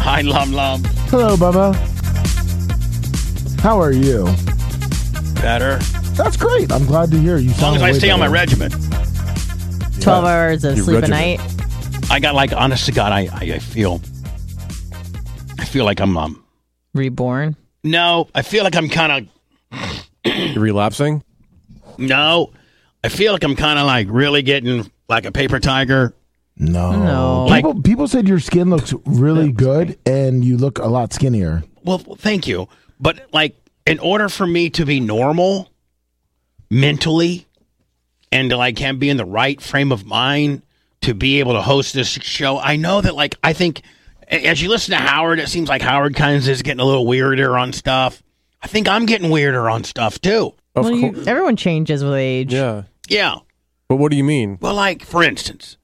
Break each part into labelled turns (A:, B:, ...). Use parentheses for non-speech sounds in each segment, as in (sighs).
A: Hi, Lum Lum.
B: Hello, Bubba. How are you?
A: Better.
B: That's great. I'm glad to hear you.
A: As long as I stay on my regimen.
C: 12 hours of
D: Your
C: sleep a
D: regimen.
C: night.
A: I got like, honest to God, I, I, I feel, I feel like I'm, um,
C: Reborn.
A: no, I feel like I'm kind
D: You're relapsing?
A: of, no, I feel like I'm kind of like really getting like a paper tiger.
B: No.
C: No.
B: People, people said your skin looks really good and you look a lot skinnier.
A: Well, thank you. But like, in order for me to be normal mentally and to like can be in the right frame of mind to be able to host this show, I know that like, I think a- as you listen to Howard, it seems like Howard kind of is getting a little weirder on stuff. I think I'm getting weirder on stuff too.
D: Of
C: Well, you-
D: course.
C: everyone changes with age.
D: Yeah.
A: Yeah.
D: But what do you mean?
A: Well, like for instance,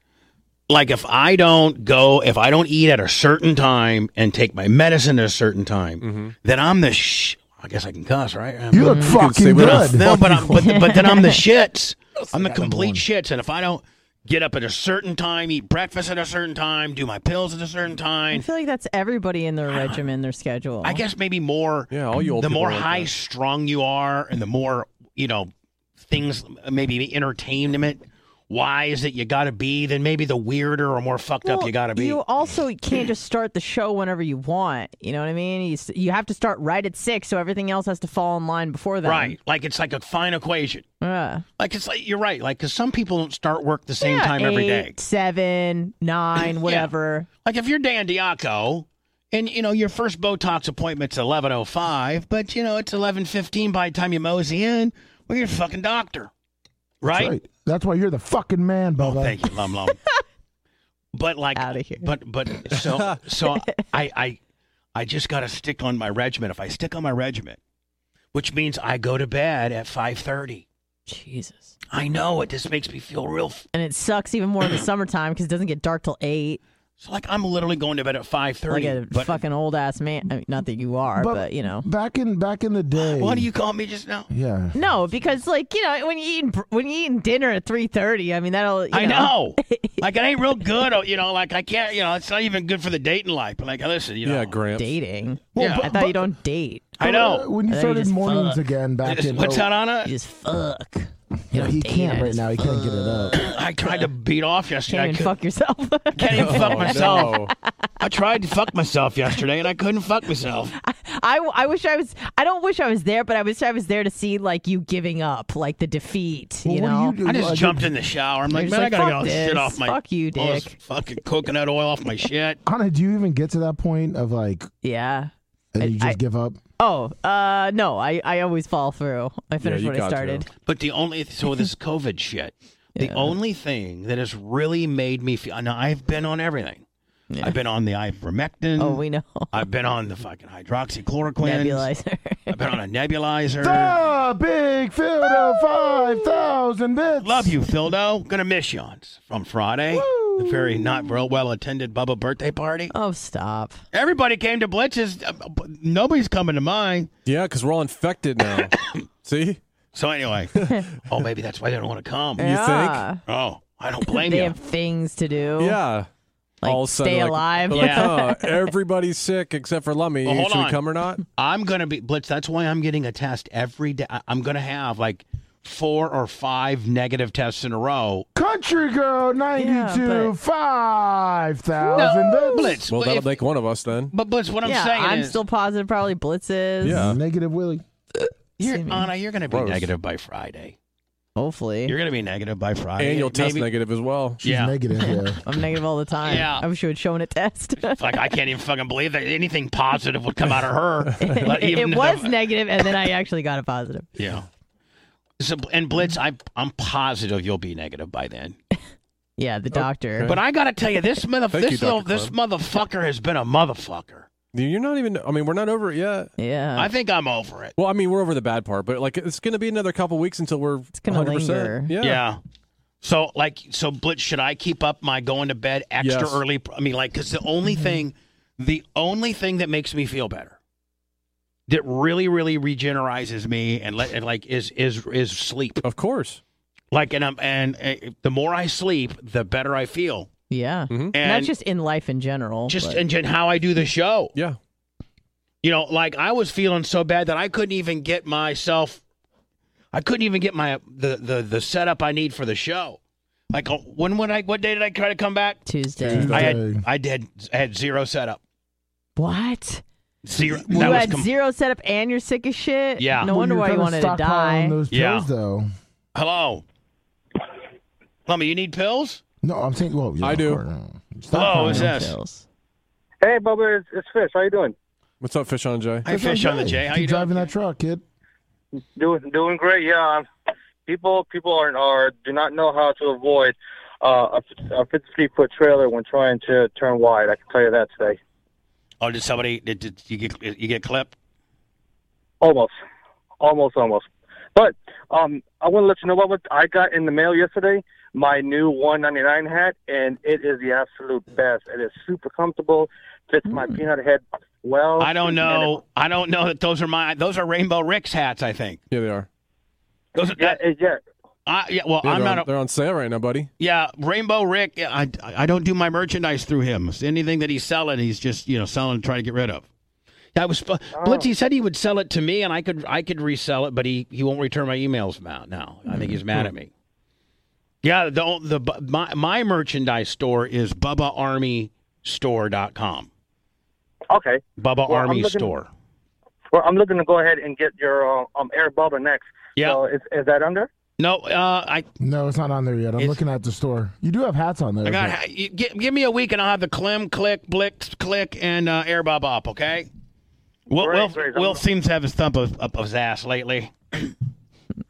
A: like if I don't go, if I don't eat at a certain time and take my medicine at a certain time,
D: Mm-hmm.
A: then I'm the sh. I guess I can cuss, right? I'm-
B: You look
D: say
B: fucking
D: what else.
B: good.
A: no, but I'm, but but then I'm
D: (laughs)
A: the shits. I'm the complete (laughs) shits, and if I don't get up at a certain time, eat breakfast at a certain time, do my pills at a certain
C: I
A: time,
C: feel like that's everybody (sighs) in their regimen, their schedule.
A: I guess maybe more.
D: Yeah, all you old
A: the
D: people
A: more
D: are like
A: high
D: that.
A: strung you are, and the more you know things, maybe entertainment wise that you got to be, then maybe the weirder or more fucked up
C: Well,
A: you got to be.
C: You also can't just start the show whenever you want. You know what I mean? You, s- you have to start right at six, so everything else has to fall in line before that.
A: Right, like it's like a fine equation.
C: Yeah.
A: Like it's like you're right. Like because some people don't start work the same time every day.
C: Eight, seven,
A: (clears throat)
C: nine, whatever.
A: Like if you're Dan Diaco, and you know your first Botox appointment's eleven oh five, but you know it's eleven fifteen by the time you mosey in. Well, you're a fucking doctor,
B: That's
A: right?
B: right. That's why you're the fucking man, Bubba.
A: Oh, thank
B: (laughs)
A: you, Lum Lum. but like,
C: Outta here.
A: but but
B: (laughs)
A: so so I I I just gotta stick on my regiment. If I stick on my regiment, which means I go to bed at five thirty.
C: Jesus.
A: I know it. This makes me feel real. F-
C: And it sucks even
A: (clears throat)
C: more in the summertime because it doesn't get dark till eight.
A: so like I'm literally going to bed at five
C: Like
A: thirty.
C: a fucking old ass man. I mean, not that you are, but, you know.
B: Back in back in the day.
A: Why do you call me just now?
B: Yeah.
C: No, because like you know when you eating br- when you eating dinner at three thirty, I mean that'll. You (laughs)
A: I know. like it ain't real good. oh, You know, like I can't. You know, it's not even good for the dating life. But like, listen, you know,
D: Yeah, Gramps.
C: dating.
B: Well,
C: I
A: Yeah.
B: but-
C: thought you
B: but-
C: don't date.
A: I
B: uh,
A: know.
B: When you
C: I thought you
B: started
C: just
B: mornings
C: fuck.
B: again back in
A: What's
B: oh,
A: that,
C: You
A: Anna?
C: just fuck. You
B: Yeah,
C: don't
B: he
C: date,
B: can't
C: I
B: right
C: just
B: now. He can't get it up.
A: I tried to beat off yesterday.
C: Can't
A: I
C: even
A: could-
C: fuck yourself.
A: (laughs) can't even fuck
D: Oh,
A: myself.
D: no.
A: I tried to fuck myself yesterday and I couldn't fuck myself.
C: (laughs) I, I wish I was. I don't wish I was there, but I wish I was there to see like you giving up, like the defeat.
B: Well,
C: you
B: what do
C: know.
B: you do?
A: I
B: Uh,
A: just jumped in the shower. I'm like,
C: You're
A: man, I
C: just like,
A: gotta get
C: fuck
A: all this
C: this.
A: shit off my
C: Fuck you,
A: all this
C: dick.
A: fucking coconut oil off my shit.
B: Anna, do you even get to that point of like,
C: Yeah.
B: and
C: I-
B: you just
C: I-
B: give up?
C: Oh, uh, no. I, I always fall through. I finish
D: you
C: what I
D: got to.
C: started.
A: But the only
C: (laughs)
A: so this COVID shit. The only thing that has really made me feel now I've been on everything. I've been on the ivermectin.
C: Oh, we know. (laughs)
A: I've been on the fucking hydroxychloroquine.
C: Nebulizer.
A: I've been on a
C: (laughs)
A: nebulizer.
B: The big field of 5,000 bits.
A: Love you, Phildo. Gonna miss you on from Friday. The very not real well attended Bubba birthday party.
C: oh, stop.
A: Everybody came to Blitz's. Uh, b- Nobody's coming to mine.
D: Yeah, because we're all infected
A: (coughs)
D: now. See? (laughs)
A: So anyway, oh maybe that's why they don't want to come.
C: yeah.
A: Oh, I don't
C: (laughs)
A: blame
C: They
A: you.
C: have things to do.
D: Yeah.
C: Like,
D: all of a sudden,
C: stay
D: like-
C: alive.
D: like, oh,
A: Yeah.
D: huh,
C: (laughs)
D: everybody's sick except for Lummy.
A: Well, hold
D: Should
A: on.
D: we come or not?
A: I'm gonna be Blitz. That's why I'm getting a test every day. I- I'm gonna have like four or five negative tests in a row.
B: Country Girl 92,
C: Yeah, but-
B: 5,000 bits.
A: Blitz.
D: Well,
A: but,
D: that'll
A: if-
D: make one of us then.
A: but Blitz, what I'm
C: Yeah,
A: saying
C: I'm
A: is,
C: still positive. Probably blitzes.
D: Yeah.
B: Negative Willie.
A: you're,
C: Excuse me.
A: Anna, you're gonna be
D: Gross.
A: negative by Friday.
C: Hopefully.
A: You're gonna be negative by Friday.
D: And you'll test
A: Maybe-
D: negative as well.
B: She's
A: Yeah.
B: negative,
C: (laughs)
B: yeah.
C: I'm negative all the time.
A: Yeah.
C: I wish you had shown a test.
A: (laughs)
C: (laughs)
A: Like I can't even fucking believe that anything positive would come out of her. Like,
C: it
A: even though-
C: was negative, and then I actually got a positive.
A: Yeah. So, and Blitz, I, I'm positive you'll be negative
C: (laughs)
A: by then.
C: Yeah, the doctor.
A: But I gotta tell you, this mother,
D: Thank
A: this
D: you, Dr.
A: little, this motherfucker has been a motherfucker.
D: You're not even, I mean, we're not over it yet.
C: yeah,
A: I think I'm over it.
D: Well, I mean, we're over the bad part, but like it's going to be another couple weeks until we're it's
C: gonna
D: 100%.
C: linger.
D: Yeah.
A: Yeah. So, like, so Blitz, should I keep up my going to bed extra
D: Yes.
A: early? I mean, like, because the only
C: Mm-hmm.
A: thing, the only thing that makes me feel better, that really, really regenerizes me, and let, and like, is is is sleep.
D: Of course.
A: Like, and I'm and uh, the more I sleep, the better I feel.
C: yeah.
D: Mm-hmm.
C: Not
A: And
C: just in life in general.
A: just
C: but-
A: and just how I do the show.
D: Yeah.
A: You know, like I was feeling so bad that I couldn't even get myself. I couldn't even get my the the the setup I need for the show. Like oh, when would I? What day did I try to come back?
C: Tuesday.
B: Tuesday.
A: I
B: Okay.
A: had I did I had zero setup.
C: What?
A: Zero. That
C: you
A: was
C: had
A: com-
C: zero setup and you're sick as shit.
A: Yeah.
C: No
A: Well,
C: wonder
B: you're
C: why you
B: kinda
C: wanted to
B: stockpiling
C: die.
B: Those pills,
A: Yeah.
B: though.
A: Hello. Lummy, you need pills?
B: No, I'm saying, well, yeah,
D: I
B: of
D: do.
B: course.
A: Hello,
B: Stockpiling
A: is
B: them.
A: this?
C: Pills.
E: Hey, Bubba, it's, it's Fish. How you doing?
D: What's up, Fish on Jay?
A: Hey,
B: That's
A: fish on the
B: okay.
A: J. How
B: Keep
A: you doing?
B: driving that truck, kid?
E: Doing doing great. Yeah, I'm- people people are, are do not know how to avoid uh, a, a 53 foot trailer when trying to turn wide. I can tell you that today.
A: Oh, did somebody? Did, did you get you get clipped?
E: Almost, almost, almost. But um, I want to let you know what I got in the mail yesterday. My new 199 hat, and it is the absolute best. It is super comfortable. Fits my peanut head well.
A: Hmm. I don't
E: and it-
A: know. I don't know that those are my. Those are Rainbow Rick's hats. I think.
D: Yeah, they are.
A: Those are,
E: Yeah, it- yeah.
A: I, yeah. Well,
D: Yeah,
A: I'm
D: they're,
A: not.
D: on,
A: a-
D: they're on sale right now, buddy.
A: Yeah, Rainbow Rick. yeah, I I don't do my merchandise through him. It's anything that he's selling, he's just you know selling, trying to get rid of. That was sp-
E: Oh.
A: Blitz. He said he would sell it to me, and I could I could resell it, but he, he won't return my emails now. Now I think he's mad at
E: Mm-hmm.
A: me. Yeah, the the bu- my my merchandise store is BubbaArmyStore.com.
E: Okay.
A: Bubba
E: Well, I'm
A: Army
E: looking-
A: Store.
E: Well, I'm looking to go ahead and get your uh, um, Air Bubba next.
A: Yeah.
E: So is, is that under?
A: No, uh, I
B: No, it's not on there yet. I'm
A: It's-
B: looking at the store. You do have hats on there.
A: I got
B: but-
A: ha- you, give, give me a week and I'll have the Clem click, Blix click, and uh, Air Bob up. Okay. Will,
E: Great,
A: Will,
E: great.
A: Will
E: I'm-
A: seems to have his thumb up, up his ass lately. (clears throat) but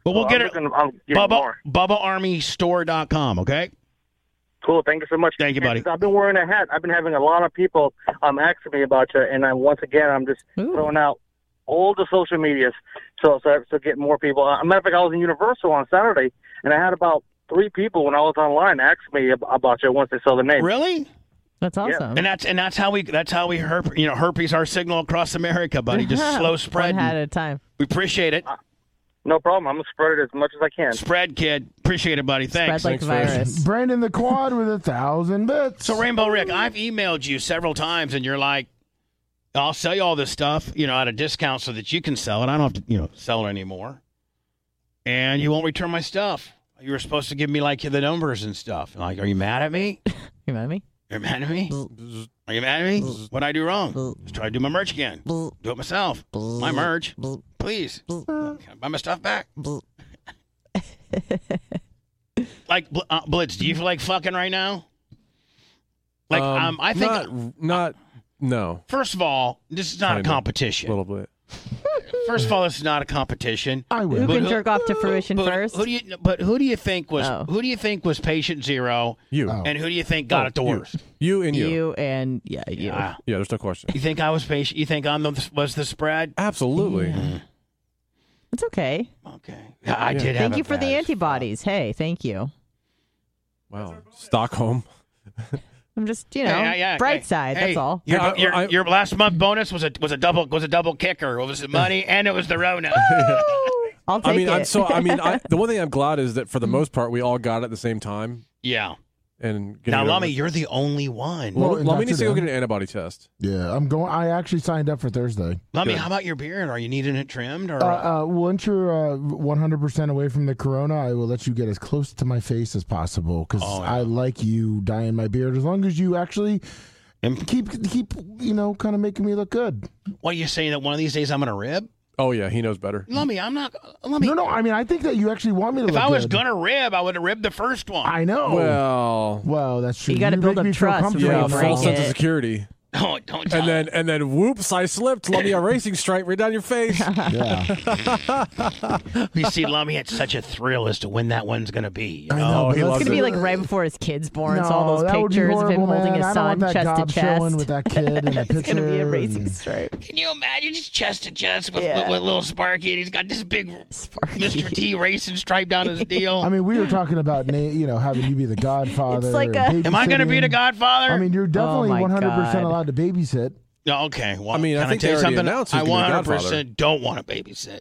A: we'll
E: Well,
A: get
E: I'm
A: it.
E: Looking, I'm getting
A: Bubba,
E: more.
A: BubbaArmyStore.com. Okay.
E: Cool. Thank you so much.
A: Thank you, buddy.
E: And I've been wearing a hat. I've been having a lot of people um asking me about you, and I once again I'm just
C: Ooh.
E: throwing out all the social medias so so to get more people. Uh, matter of fact, I was in Universal on Saturday, and I had about three people when I was online ask me ab- about you once they saw the name.
A: Really?
C: That's awesome.
A: And that's and that's how we that's how we herp, you know herpes our signal across America, buddy.
C: (laughs)
A: Just slow spread.
C: One hat at a time.
A: We appreciate it.
E: Uh, No problem. I'm gonna spread it as much as I can.
A: Spread, kid. Appreciate it, buddy. Thanks.
C: Spread like a
D: Thanks, Fish.
C: virus.
B: (laughs) Brandon the Quad with a thousand bits.
A: So Rainbow Rick, I've emailed you several times, and you're like, "I'll sell you all this stuff, you know, at a discount so that you can sell it. I don't have to, you know, sell it anymore." And you won't return my stuff. You were supposed to give me like the numbers and stuff. And like, are you mad at (laughs) me?
C: You know what I mean?
A: You're mad at me? Are you mad at me? What I do wrong? Let's try to do my merch again. Do it myself. My merch, please. Can I buy my stuff back? Like Bl- uh, Blitz, do you feel like fucking right now? Like, um,
D: Um,
A: I think
D: Not, not no.
A: First of all, this is not a
D: Kinda.
A: competition.
D: A little bit.
A: First of all, this is not a competition.
B: I
C: Who
B: will.
A: But
C: can
A: who-
C: jerk off to fruition
A: But
C: first?
A: who do you? But who do you think was?
C: Oh.
A: Who do you think was patient zero?
D: You. Oh.
A: And who do you think got it the worst?
D: You and you.
C: you and yeah, you.
A: Ah.
D: Yeah, there's no question.
A: You think I was patient? You think I'm the was the spread? Mm-hmm.
D: Absolutely.
C: (laughs) It's okay.
A: Okay. I did. have
C: Thank
A: it
C: you for
A: bad
C: the
A: as-
C: antibodies. Hey, thank you.
D: Wow. Stockholm.
C: I'm just you know
A: Hey, hey, hey,
C: bright
A: hey,
C: side.
A: hey,
C: that's all.
A: Your,
D: Yeah, I-
A: your,
D: I-
A: your last month bonus was a was a double was a double kicker. It was the money and it was the Rona.
D: (laughs)
C: I'll take
D: I mean,
C: it.
D: I'm so I mean, (laughs)
C: (laughs)
D: I, the one thing I'm glad is that for the most part, we all got it at the same time.
A: yeah.
D: And getting
A: Now,
D: it over
A: Lummy,
D: with.
A: you're the only one.
B: Well,
D: Well,
B: and
D: Lummy
B: that's
D: needs
B: it,
D: to go
B: huh?
D: get an antibody test.
B: Yeah, I'm going. I actually signed up for Thursday.
A: Lummy, how about your beard? Are you needing it trimmed or?
B: Uh, uh, once you're uh, 100% away from the corona, I will let you get as close to my face as possible because
A: Oh,
B: I like you dyeing my beard as long as you actually
A: Imp-
B: keep keep you know kind of making me look good.
A: what are you saying that one of these days I'm gonna rib?
D: Oh yeah, he knows better.
A: Lummy, I'm not. Lummy,
B: No, no, I mean I think that you actually want me to
A: if
B: look.
A: I was
B: good.
A: gonna rib, I would have ribbed the first one.
B: I know.
D: Well,
B: Well, that's true.
C: You gotta build
B: make
C: up
B: me feel
C: trust
B: comfortable.
C: before
D: yeah,
C: you break
D: false sense of
C: it.
A: (laughs)
D: security.
A: Oh, don't tell
D: And then and then whoops, I slipped.
C: (laughs)
D: Lummy, a racing stripe right down your face.
B: Yeah.
A: You see, Lummy, it's such a thrill as to when that one's going to be. you
B: I
A: know?
B: know,
D: Oh,
B: but
D: he
B: that's-
D: loves
C: It's gonna be like right before his kid's born.
B: No,
C: so all those
B: that would be
C: pictures of him
B: horrible,
C: holding
B: man.
C: his
B: I don't
C: son
B: want that
C: chest to
B: gob showing
C: chest.
B: with
C: (laughs)
B: that kid in a
C: it's gonna be a
B: picture
C: racing
B: and-
C: stripe.
A: Can you imagine? He's chest to chest with,
C: Yeah.
A: with, with little Sparky, and he's got this big
C: Sparky.
A: Mr. T racing stripe down his deal.
B: (laughs) I mean, we were talking about na- you know having you be the Godfather.
C: It's like Oh
B: and
A: Am I going to be the
B: babysitting.
A: godfather?
B: I mean, you're definitely
C: my
B: 100
C: God.
B: percent allowed to babysit.
A: No, okay. Well,
D: I mean, I
A: can
D: think
A: tell
D: they
A: you
D: already
A: something?
D: announced
A: I
D: he's gonna be
A: 100%
D: Godfather.
A: don't want to babysit.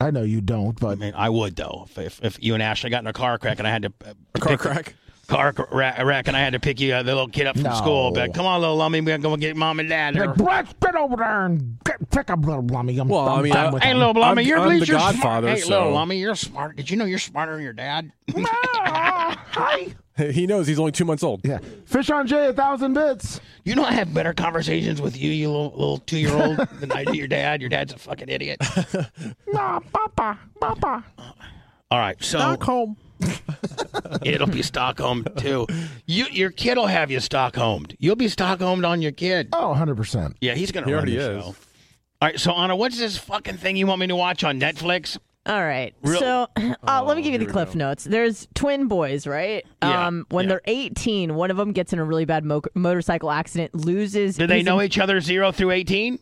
B: I know you don't,
A: I
B: but
A: mean, I would though. If, if, if you and Ashley got in a car crack and I had to uh,
D: Car
A: pick-
D: crack.
A: car cr- wreck, wreck and I had to pick you uh, the little kid up from
B: No.
A: school, but come on, little Lummy, we're going to get mom and dad.
B: like, Brett, get over there and get, pick up little Blummy. I'm,
D: Well, I
B: I'm
D: mean,
B: done
D: I-
B: with
A: Hey,
B: him.
A: little Lummy,
D: I'm-
A: you're
D: I'm
A: at
D: the
A: least you're
D: Godfather,
A: smart. Hey,
D: so-
A: little Lummy, you're smart. Did you know you're smarter than
B: (laughs)
A: your dad?
B: Hi.
D: (laughs) He knows he's only two months old.
B: Yeah, fish on Jay, a thousand bits.
A: You know I have better conversations with you, you little, little two
C: (laughs)
A: year old, than I do your dad. Your dad's a fucking idiot.
B: Nah, papa, papa.
A: All right, so
D: Stockholm.
A: (laughs) it'll be Stockholm too. You, your kid will have you Stockholmed. You'll be Stockholmed on your kid.
B: Oh, 100 percent.
A: Yeah, he's gonna
D: He
A: run
D: already
A: the
D: is.
A: show. All right, so Anna, what's this fucking thing you want me to watch on Netflix?
C: All right.
A: Real- Oh,
C: So uh, let me give you
D: here
C: the
D: we
C: cliff notes. There's twin boys, right?
A: Yeah,
C: Um, when
A: yeah.
C: they're 18, one of them gets in a really bad mo- motorcycle accident, loses.
A: Do they
C: he's
A: know
C: in-
A: each other zero through eighteen?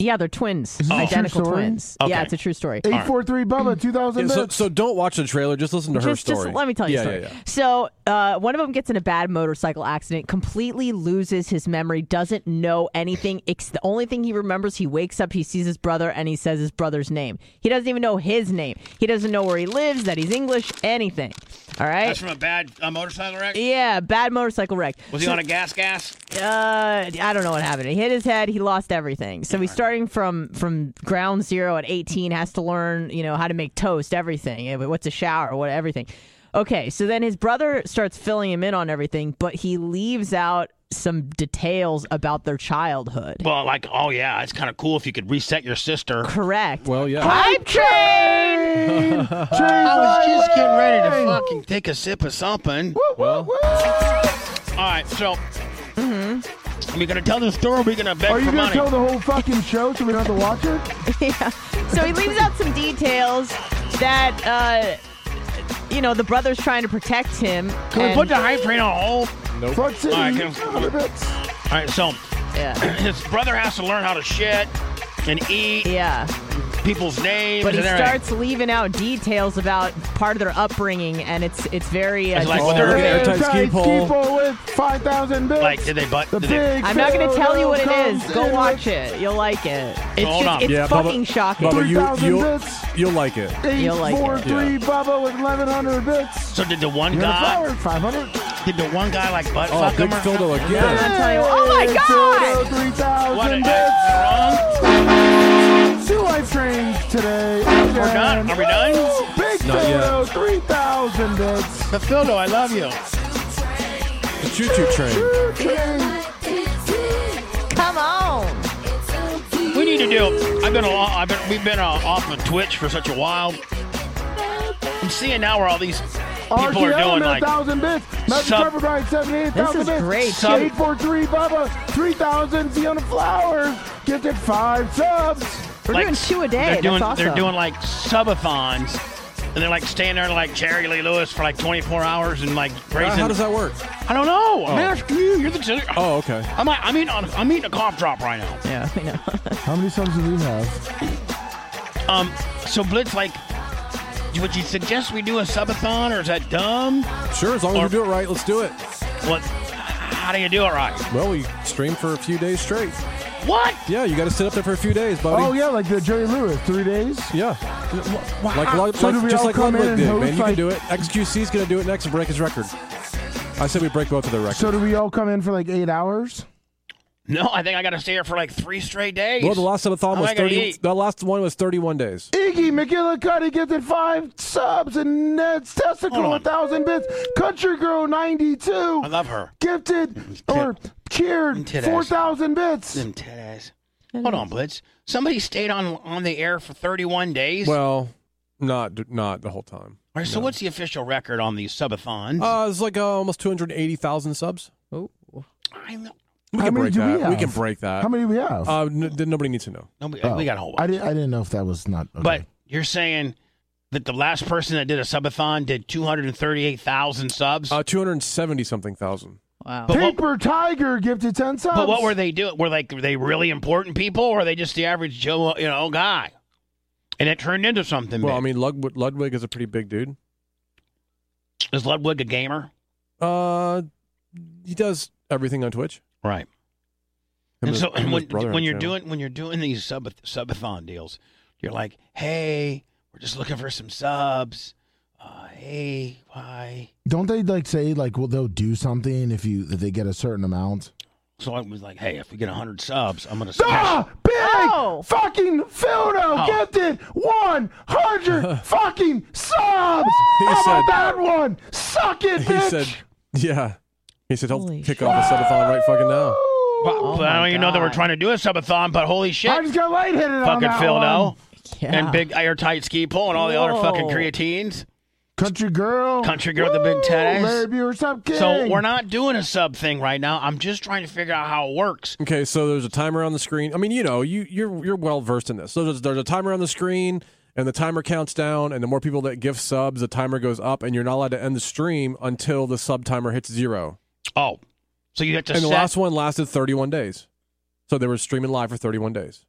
C: Yeah, they're twins,
B: this a true
C: identical
B: story?
C: twins.
A: Okay.
C: Yeah, it's a true story.
B: Eight four three Bubba, 2,000
D: Yeah,
B: bits.
D: so, so don't watch the trailer. Just listen to her
C: Just,
D: story.
C: just let me tell you
D: yeah,
C: a story.
D: Yeah, yeah.
C: So, uh, one of them gets in a bad motorcycle accident, completely loses his memory, doesn't know anything. It's the only thing he remembers. He wakes up, he sees his brother, and he says his brother's name. He doesn't even know his name. He doesn't know where he lives, that he's English, anything. All right.
A: That's from a bad uh, motorcycle wreck.
C: Yeah, bad motorcycle wreck.
A: Was he on a gas gas?
C: Uh, I don't know what happened. He hit his head. He lost everything. So he's starting from from ground zero at 18. Has to learn, you know, how to make toast, everything. eh, What's a shower? What everything. Okay, so then his brother starts filling him in on everything, but he leaves out some details about their childhood.
A: Well, like, oh yeah, it's kind of cool if you could reset your sister.
C: Correct.
D: Well, yeah.
C: I'm trained.
A: I was just getting ready to fucking take a sip of something.
D: Well,
A: All right, so are we gonna tell the story? Or are we gonna beg
B: Are you
A: for
B: gonna
A: money?
B: tell the whole fucking show so we don't have to watch it?
C: (laughs) So he leaves out some details that, uh, you know, the brother's trying to protect him.
A: Can we
C: and-
A: put the hype train on hold?
B: Front City,
A: All right, can-
B: 2,000 bits.
A: All right, so
C: yeah,
A: (clears throat) his brother has to learn how to shit and eat
C: yeah.
A: people's names.
C: But he
A: and everything.
C: starts leaving out details about part of their upbringing, and it's it's very. Uh,
A: It's like
C: just-
A: what
D: they're
A: they're
D: gonna-
A: gonna,
D: Airtight ski pole.
B: pole with 5,000 bits.
A: like. Did they butt?
B: the
A: Did they,
B: big
C: I'm not going to tell you what it
B: dildo
C: is.
B: comes
C: Go
B: in
C: watch
B: with
C: it. You'll like it. It's
A: Hold
C: just,
A: on.
C: it's
D: yeah, Bubba-
C: fucking shocking.
D: Bubba, you,
B: 3,000
D: you'll,
B: bits.
D: you'll like it.
B: Eight,
C: You'll like
B: four,
C: it.
B: three,
D: Yeah.
B: Bubba with 1,100 bits.
A: so did the one
B: You're
A: guy?
B: the flower, 500.
A: Did the one guy like butt
D: Oh,
A: fuck
D: big
A: him or
D: dildo
A: something?
D: again.
C: I'm telling you- oh my
B: Hey,
C: God!
B: dildo, 3,000
A: What? am
B: bits.
A: I wrong?
B: Two life trains today. We're
A: done? Are we done?
B: Big
D: Not yet.
B: dildo, 3,000 bits.
A: But Dildo, I love you.
D: The choo choo train.
B: Choo train.
C: Come on.
A: We need to do. I've been. A, I've been. We've been uh, off of Twitch for such a while. I'm seeing now where all these people are
B: RC
A: doing
B: Element,
A: like.
B: 1,000 bits. Magic
A: Sub-
B: Carpet Ride, 78,000
C: This
B: bits.
C: is great.
A: Sub-
B: 843 Bubba, 3,000. Fiona Flowers gifted five subs.
C: We're doing two a day.
A: They're
C: That's
A: doing, They're
C: awesome.
A: doing like subathons, and they're like staying there like Jerry Lee Lewis for like 24 hours and like
D: Uh,
A: raising.
D: how does that work?
A: I don't
C: Oh.
A: know. I'm asking you. You're the.
D: Oh, okay.
A: I'm like, I'm eating. on- I'm eating a cough drop right now.
C: Yeah, I know.
B: How many subs do we have?
A: Um. So Blitz, like, would you suggest we do a subathon, or is that dumb?
D: Sure, as long as
A: Or-
D: we do it right, let's do it.
A: What? How do you do it right?
D: Well, we stream for a few days straight.
A: What?
D: Yeah, you got to sit up there for a few days, buddy.
B: Oh yeah, like the Jerry Lewis, three days.
D: Yeah. Like, like,
B: So do
D: like
B: we
D: just
B: all
D: like
B: come in
D: Ludwig
B: and
D: did,
B: host,
D: man. You
B: like-
D: can do it. XQC's going to do it next and break his record. I said we break both of their records.
B: So do we all come in for like eight hours?
A: No, I think I got to stay here for like three straight days.
D: well, the last subathon
A: I'm
D: was
A: not gonna
D: 30.
A: eat.
D: The last one was 31 days.
B: Iggy McGillicuddy gets it five subs and Ned's
A: Hold
B: testicle a
A: on.
B: thousand bits. Country girl ninety two
A: I love her.
B: gifted or cheered
A: Tit ass.
B: four thousand bits.
A: Them tit ass. Hold on, Blitz. Somebody stayed on on the air for 31 days.
D: Well, not not the whole time.
A: All right, so what's the official record on these subathons?
D: Uh, it's like uh, almost 280,000 subs.
C: Oh.
A: I'm,
D: We
B: How
D: can
B: many
D: break
B: do we
D: that.
B: have?
D: can break that.
B: How many do we have?
D: Uh, n- th- nobody needs to know.
A: no, we,
B: Oh.
A: we got a whole
B: I
A: bunch.
B: didn't. I didn't know if that was not. Okay.
A: But you're saying that the last person that did a subathon did 238,000 subs.
D: Uh, 270 something thousand.
C: Wow.
A: But what-
B: Paper Tiger gifted ten subs.
A: but what were they doing? Were like were they really important people, or are they just the average Joe, you know, guy? And it turned into something.
D: Well, I
A: big.
D: mean, Ludwig, Ludwig is a pretty big dude.
A: is Ludwig a gamer?
D: Uh, he does everything on Twitch.
A: Right.
D: Him
A: And
D: his-
A: so
D: him
A: and
D: his
A: when,
D: brother
A: when
D: have a
A: you're
D: channel.
A: doing when you're doing these sub subathon deals, you're like, hey, we're just looking for some subs. Uh, hey, why?
B: Don't they like say like well they'll do something if you if they get a certain amount?
A: So I was like, hey, if we get hundred subs, I'm gonna.
B: Ah, big
C: Oh.
B: fucking Fudo
A: Oh.
B: gifted one
D: (laughs)
B: hundred fucking subs.
D: He
B: How
D: said-
B: about that one? Suck it,
D: (laughs) he
B: bitch.
D: said, "Yeah." He said he'll
C: Holy
D: kick off a subathon right fucking now.
A: But,
C: Oh
A: but I don't
C: my
A: even know that we're
C: God.
A: trying to do a subathon, but holy shit,
B: I just got light headed on
A: fucking
B: that
A: Phil
B: one.
A: No
C: Yeah.
A: and Big Airtight Ski Pole and all the other
C: Whoa.
A: fucking creatines.
B: Country girl,
A: Country Girl, the big
B: Woo,
A: titties.
B: Larry Buer, Oh, sub king.
A: So we're not doing a sub thing right now. I'm just trying to figure out how it works.
D: Okay, so there's a timer on the screen. I mean, you know, you you're you're well versed in this. So there's, there's a timer on the screen, and the timer counts down, and the more people that give subs, the timer goes up, and you're not allowed to end the stream until the sub timer hits zero.
A: Oh, so you have to
D: and the
A: set.
D: last one lasted 31 days, so they were streaming live for 31 days.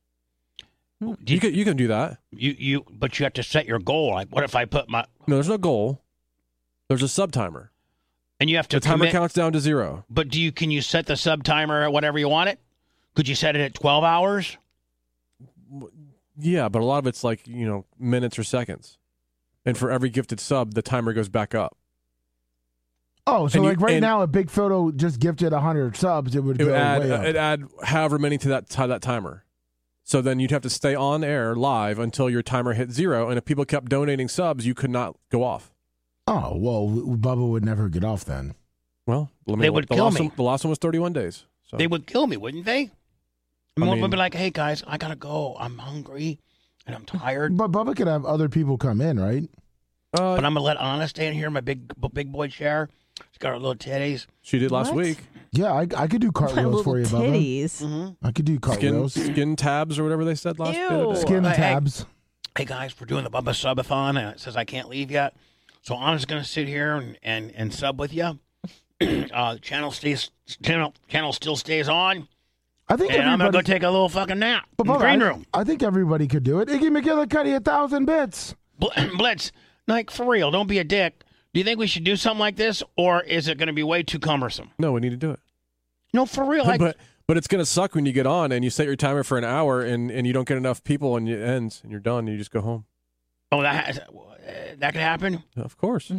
A: do
D: you
A: you,
D: can you can do that.
A: you you but you have to set your goal. Like, what if I put my
D: No, there's no goal. There's a sub timer.
A: and you have to
D: The timer
A: commit-
D: counts down to zero.
A: But do you can you set the sub timer at whatever you want it? Could you set it at twelve hours?
D: Yeah, but a lot of it's like, you know, minutes or seconds. And for every gifted sub, the timer goes back up.
B: oh, so
D: and you-
B: like right
D: and-
B: now, if Big Photo just gifted hundred subs, it would
D: It
B: go
D: would add
B: way up.
D: it add however many to that to that timer. So then you'd have to stay on air live until your timer hit zero. And if people kept donating subs, you could not go off.
B: oh well, Bubba would never get off then.
D: Well, let me
A: They would
D: the
A: kill
D: last
A: me.
D: One, the last one was 31 days. So
A: They would kill me, wouldn't they? I mean,
D: I
A: I would
D: mean-
A: be like, "Hey guys, I gotta go. I'm hungry and I'm tired,
B: But Bubba could have other people come in, right?
D: uh,
A: but I'm gonna let Anna stay in here. My big big boy chair. She's got her little titties.
D: she did last
C: What?
D: week.
B: Yeah, I, I could do
C: (laughs) My
B: cartwheels
C: little
B: for you, Bubba. Mm-hmm.
C: titties.
B: I could do
D: Skin,
B: cartwheels, skin,
D: skin tabs or whatever they said last the other day.
C: Ew.
A: Hey, hey.
B: tabs.
A: Hey guys, we're doing the Bubba Subathon, and it says I can't leave yet. So Anna's gonna sit here and and, and sub with you. (clears throat) uh, channel stays channel channel still stays on,
B: I think
A: and I'm gonna go
B: everybody.
A: take a little fucking nap
B: but
A: in the
B: Bubba,
A: green
B: I-
A: room.
B: I, think everybody could do it. Iggy McGillicuddy, a thousand bits.
A: Bl- (clears throat) Blitz, like for real, don't be a dick. Do you think we should do something like this, or is it going to be way too cumbersome?
D: No, we need to do it.
A: No, for real. I,
D: but but it's gonna suck when you get on and you set your timer for an hour and, and you don't get enough people and it ends and you're done and you just go home.
A: oh, that has, uh, that could happen.
D: Of course,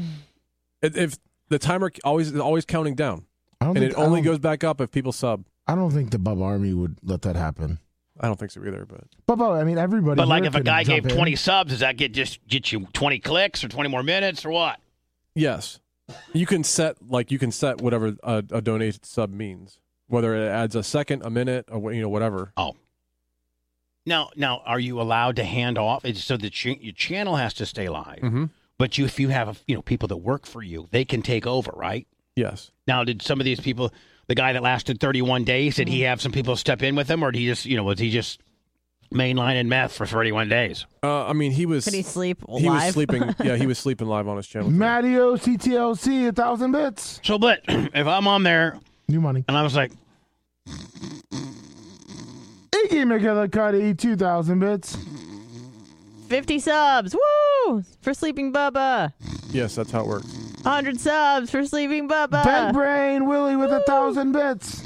D: if, if the timer always is always counting down
B: I don't
D: and
B: think,
D: it only
B: I don't,
D: goes back up if people sub.
B: I don't think the Bubba Army would let that happen.
D: I don't think so either, but
B: Bubba, I mean everybody.
A: But like,
B: here
A: if a
B: could
A: guy
B: jump
A: gave
B: in.
A: twenty subs, does that get just get you twenty clicks or twenty more minutes or what?
D: yes, you can set like you can set whatever a, a donated sub means, whether it adds a second, a minute, or wh- you know whatever.
A: Oh, now now, are you allowed to hand off? It's so that you, your channel has to stay live,
D: Mm-hmm.
A: but you if you have you know people that work for you, they can take over, right?
D: Yes,
A: Now, did some of these people,
B: Mm-hmm.
A: the guy that lasted 31 days, did he have some people step in with him, or did he just, you know, was he just mainline and meth for 31 days.
D: Uh, I mean, he was
C: Could he sleep alive?
D: he was sleeping. Yeah, he was sleeping live on his channel.
B: Matty O CTLC, a thousand bits.
A: So, but (clears throat) if I'm on there
B: New money.
A: and I was like,
B: Iggy McGillicuddy, two thousand bits.
C: 50 subs. Woo! For Sleeping Bubba.
D: Yes, that's how it works.
C: 100 subs for Sleeping
B: Bed
C: Bubba.
B: Brain Willie with a thousand bits.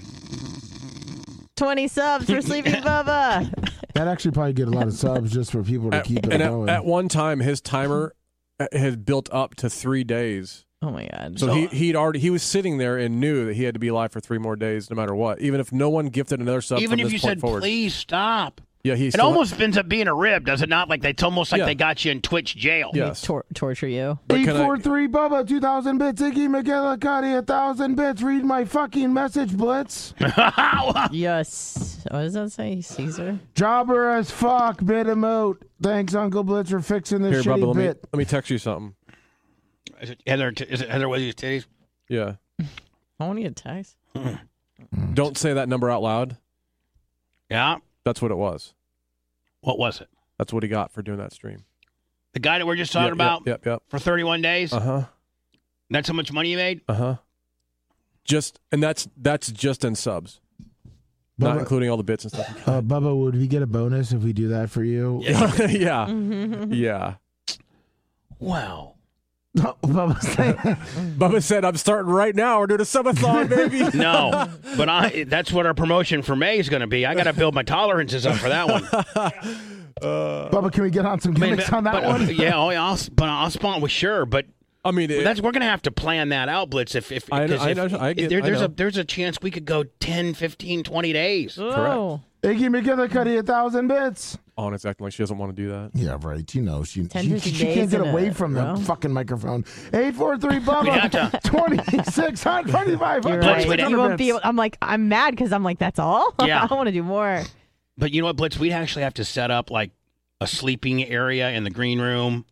C: 20 subs for
A: (laughs)
C: Sleeping Bubba.
B: That actually probably get a
D: (laughs)
B: lot of subs just for people to
D: At,
B: keep it
D: and at,
B: going.
D: at one time, his timer uh, had built up to three days.
C: Oh my god.
D: So he he'd already he was sitting there and knew that he had to be live for three more days, no matter what. Even if no one gifted another sub,
A: even
D: from this
A: if you
D: point
A: said,
D: forward.
A: please stop.
D: yeah, he
A: It
D: still-
A: almost ends up being a rib, does it not? Like they, it's almost like
D: Yeah.
A: they got you in Twitch jail.
D: yes.
C: Tor- torture
A: (laughs)
C: you.
D: But
B: Eight
D: can I-
B: four three Bubba, two thousand bits. Iggy McGillicuddy, a thousand bits. Read my fucking message, Blitz.
C: Yes. What does that say? Caesar?
B: Jobber as fuck, bit emote. Thanks, Uncle Blitz, for fixing
D: Here,
B: this shitty
D: Bubba, let me,
B: bit.
D: let me text you something.
A: Is it Heather? T- is it Heather Wesley's titties?
D: Yeah.
C: I want to get text.
D: Don't say that number out loud.
A: Yeah.
D: That's what it was.
A: What was it?
D: That's what he got for doing that stream.
A: The guy that we are just talking
D: Yep,
A: about
D: Yep, yep.
A: for 31 days.
D: yep. Uh huh.
A: That's how
D: (laughs)
A: much money you made.
D: Uh huh. Just and that's that's just in subs, not
B: Bubba,
D: including all the bits and stuff. (laughs)
B: uh, Bubba, would we get a bonus if we do that for you?
D: yeah,
B: (laughs)
D: yeah.
A: Wow.
B: Bubba's like,
D: (laughs) Bubba said, "I'm starting right now. We're doing
B: (laughs)
D: a subathon, baby." (laughs)
A: (laughs) No, but I. That's what our promotion for May is going to be. I got to build my tolerances up for that
D: (laughs)
A: one.
B: Bubba, can we get on some
A: I mean,
B: gimmicks on that
D: uh,
A: but-
B: one? (laughs)
A: (laughs) yeah, oh, yeah, I'll, s- but I'll spawn with sure. But
D: I mean, it,
A: that's we're gonna have to plan that out, Blitz. If if,
D: I know-
A: 'cause
D: I
A: if-
D: know- I
A: if
D: get-
A: there-
D: I
A: there's
D: know.
A: a there's a chance we could go 10, 15, 20 days.
C: Oh.
B: Iggy McGillicuddy, a thousand bits.
D: oh, and it's acting like she doesn't want to do that.
B: Yeah, right. You know she she,
C: 10-15
B: she can't
C: days
B: get
C: in
B: away
C: a
B: from the
C: row.
B: fucking microphone. Eight four three
D: (laughs)
A: Gotcha.
B: Bubba, twenty six hundred twenty five.
C: You're right.
A: wait,
C: You won't be able, I'm like, I'm mad because I'm like, that's all? (laughs)
A: Yeah.
C: I want to do more.
A: But you know what, Blitz? We'd actually have to set up like a sleeping area in the green room,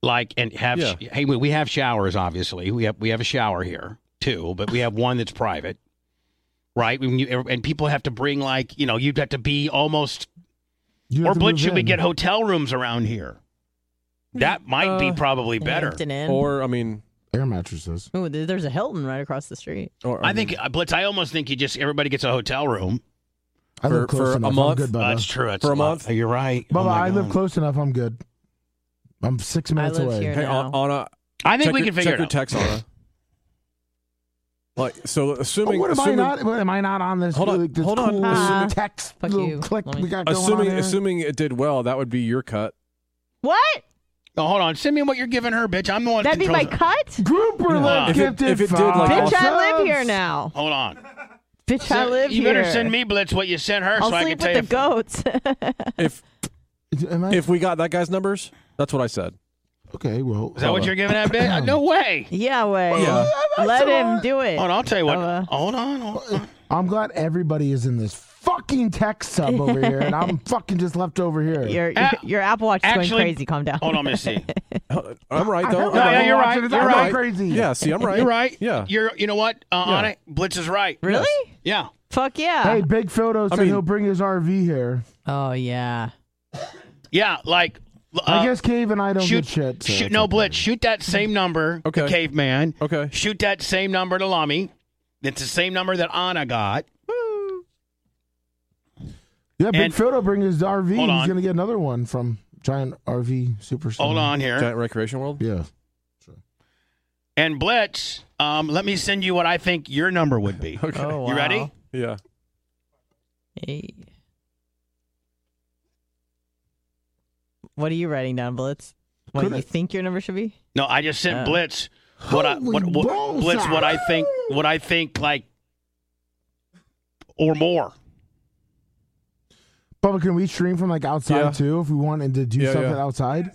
A: like and have.
D: Yeah.
A: sh- hey, we, we have showers. Obviously, we have we have a shower here too, but we have one that's private, right? When you, and people have to bring like you know you'd have to be almost
B: You
A: or
B: have to
A: Blitz.
B: move
A: Should we
B: in.
A: get hotel rooms around here? That might be
D: Uh,
A: probably better.
C: Hampton Inn.
D: Or I mean,
B: air mattresses?
C: Ooh, there- there's a Hilton right across the street.
D: or,
A: I think uh, Blitz. I almost think you just everybody gets a hotel room.
B: I
D: For-
B: live close
D: for a
B: enough. I'm
D: month?
B: good, Bubba.
A: that's true. It's
D: For a
A: lot-
D: month?
A: You're right. Oh
B: Bubba,
A: my
B: I live
A: God.
B: close enough. I'm good. I'm six minutes
C: live
B: away.
D: Hey,
C: here.
D: An-
C: No.
D: Anna,
A: I think
D: check
A: we
D: your,
A: can figure
D: check
A: it
D: your
A: out.
D: text, Anna. Like so,
B: Oh,
D: assuming
B: what am
D: assuming,
B: I not? What, am I not on this?
D: Hold on,
B: like, this
D: hold on.
B: cool
C: Uh,
B: text
C: fuck
B: little
C: you.
B: click
C: Let me-
B: we got going on
D: assuming
B: here?
D: assuming it did well, that would be your cut.
C: What?
A: Oh, hold on. Send me what you're giving her, bitch. I'm the one. that
C: That'd be my
A: controls it.
C: cut?
B: Grouper
A: Yeah.
B: love
A: If
D: it-
B: gifted.
D: if it did, like,
B: five
C: Bitch, I live
B: subs.
C: here now.
A: Hold on.
C: Bitch, I live
A: you
C: here.
A: better send me Blitz what you sent her
C: I'll
A: so I can
C: sleep
A: tell you.
C: with the goats.
D: (laughs) If
B: Am I-
D: if we got that guy's numbers, that's what I said.
B: okay, well,
A: Is that what you're giving that bitch? Uh, no way.
C: yeah, way.
D: Oh, Yeah.
C: Let him do it.
A: Hold on, I'll tell you what.
C: Oh, uh,
A: hold on. Hold on.
B: (laughs) I'm glad everybody is in this fucking text sub over here, and
C: (laughs)
B: I'm fucking just left over here.
C: Your
A: Uh,
C: your Apple Watch is
A: actually-
C: going crazy. Calm down.
A: Hold on, Missy.
D: (laughs) I'm right
B: I
D: though.
B: know
D: I'm
A: No, yeah,
B: I'm
A: you're right,
B: watching this.
A: you're
B: I'm
A: right.
B: not crazy.
D: Yeah, see, I'm right.
A: You're right.
D: Yeah.
A: You're. You know what? Uh,
D: Yeah.
A: On it, Blitz is right.
C: Really?
A: Yeah.
C: Fuck yeah.
B: Hey, Big Photo said
D: mean-
B: he'll bring his RV here.
C: Oh yeah.
A: Yeah. Like. Uh,
B: I guess Cave and I don't
A: shoot.
B: get shit. so
A: shoot.
B: it's
A: No,
B: okay.
A: Blitz. Shoot that same number. to
D: Okay.
A: Caveman.
D: Okay.
A: Shoot that same number to Lummy. It's the same number that Anna got.
B: Yeah, Big
A: And-
B: Photo bring his RV.
A: Hold
B: He's
A: on.
B: gonna get another one from Giant RV Super.
A: Hold
B: Center.
A: on here.
D: Giant Recreation World.
B: Yeah.
A: And Blitz, um, let me send you what I think your number would be.
D: (laughs) Okay.
C: Oh wow.
A: You ready?
D: Yeah.
C: Hey. What are you writing down, Blitz? What
B: Could
C: you
B: I-
C: think your number should be?
A: No, I just sent
C: Oh.
A: Blitz what I what,
B: Holy
A: what
B: balls,
A: Blitz what I
B: ah.
A: think what I think like or more.
B: Bubba, can we stream from like outside
D: Yeah.
B: too if we wanted to do
D: Yeah,
B: something
D: yeah.
B: outside?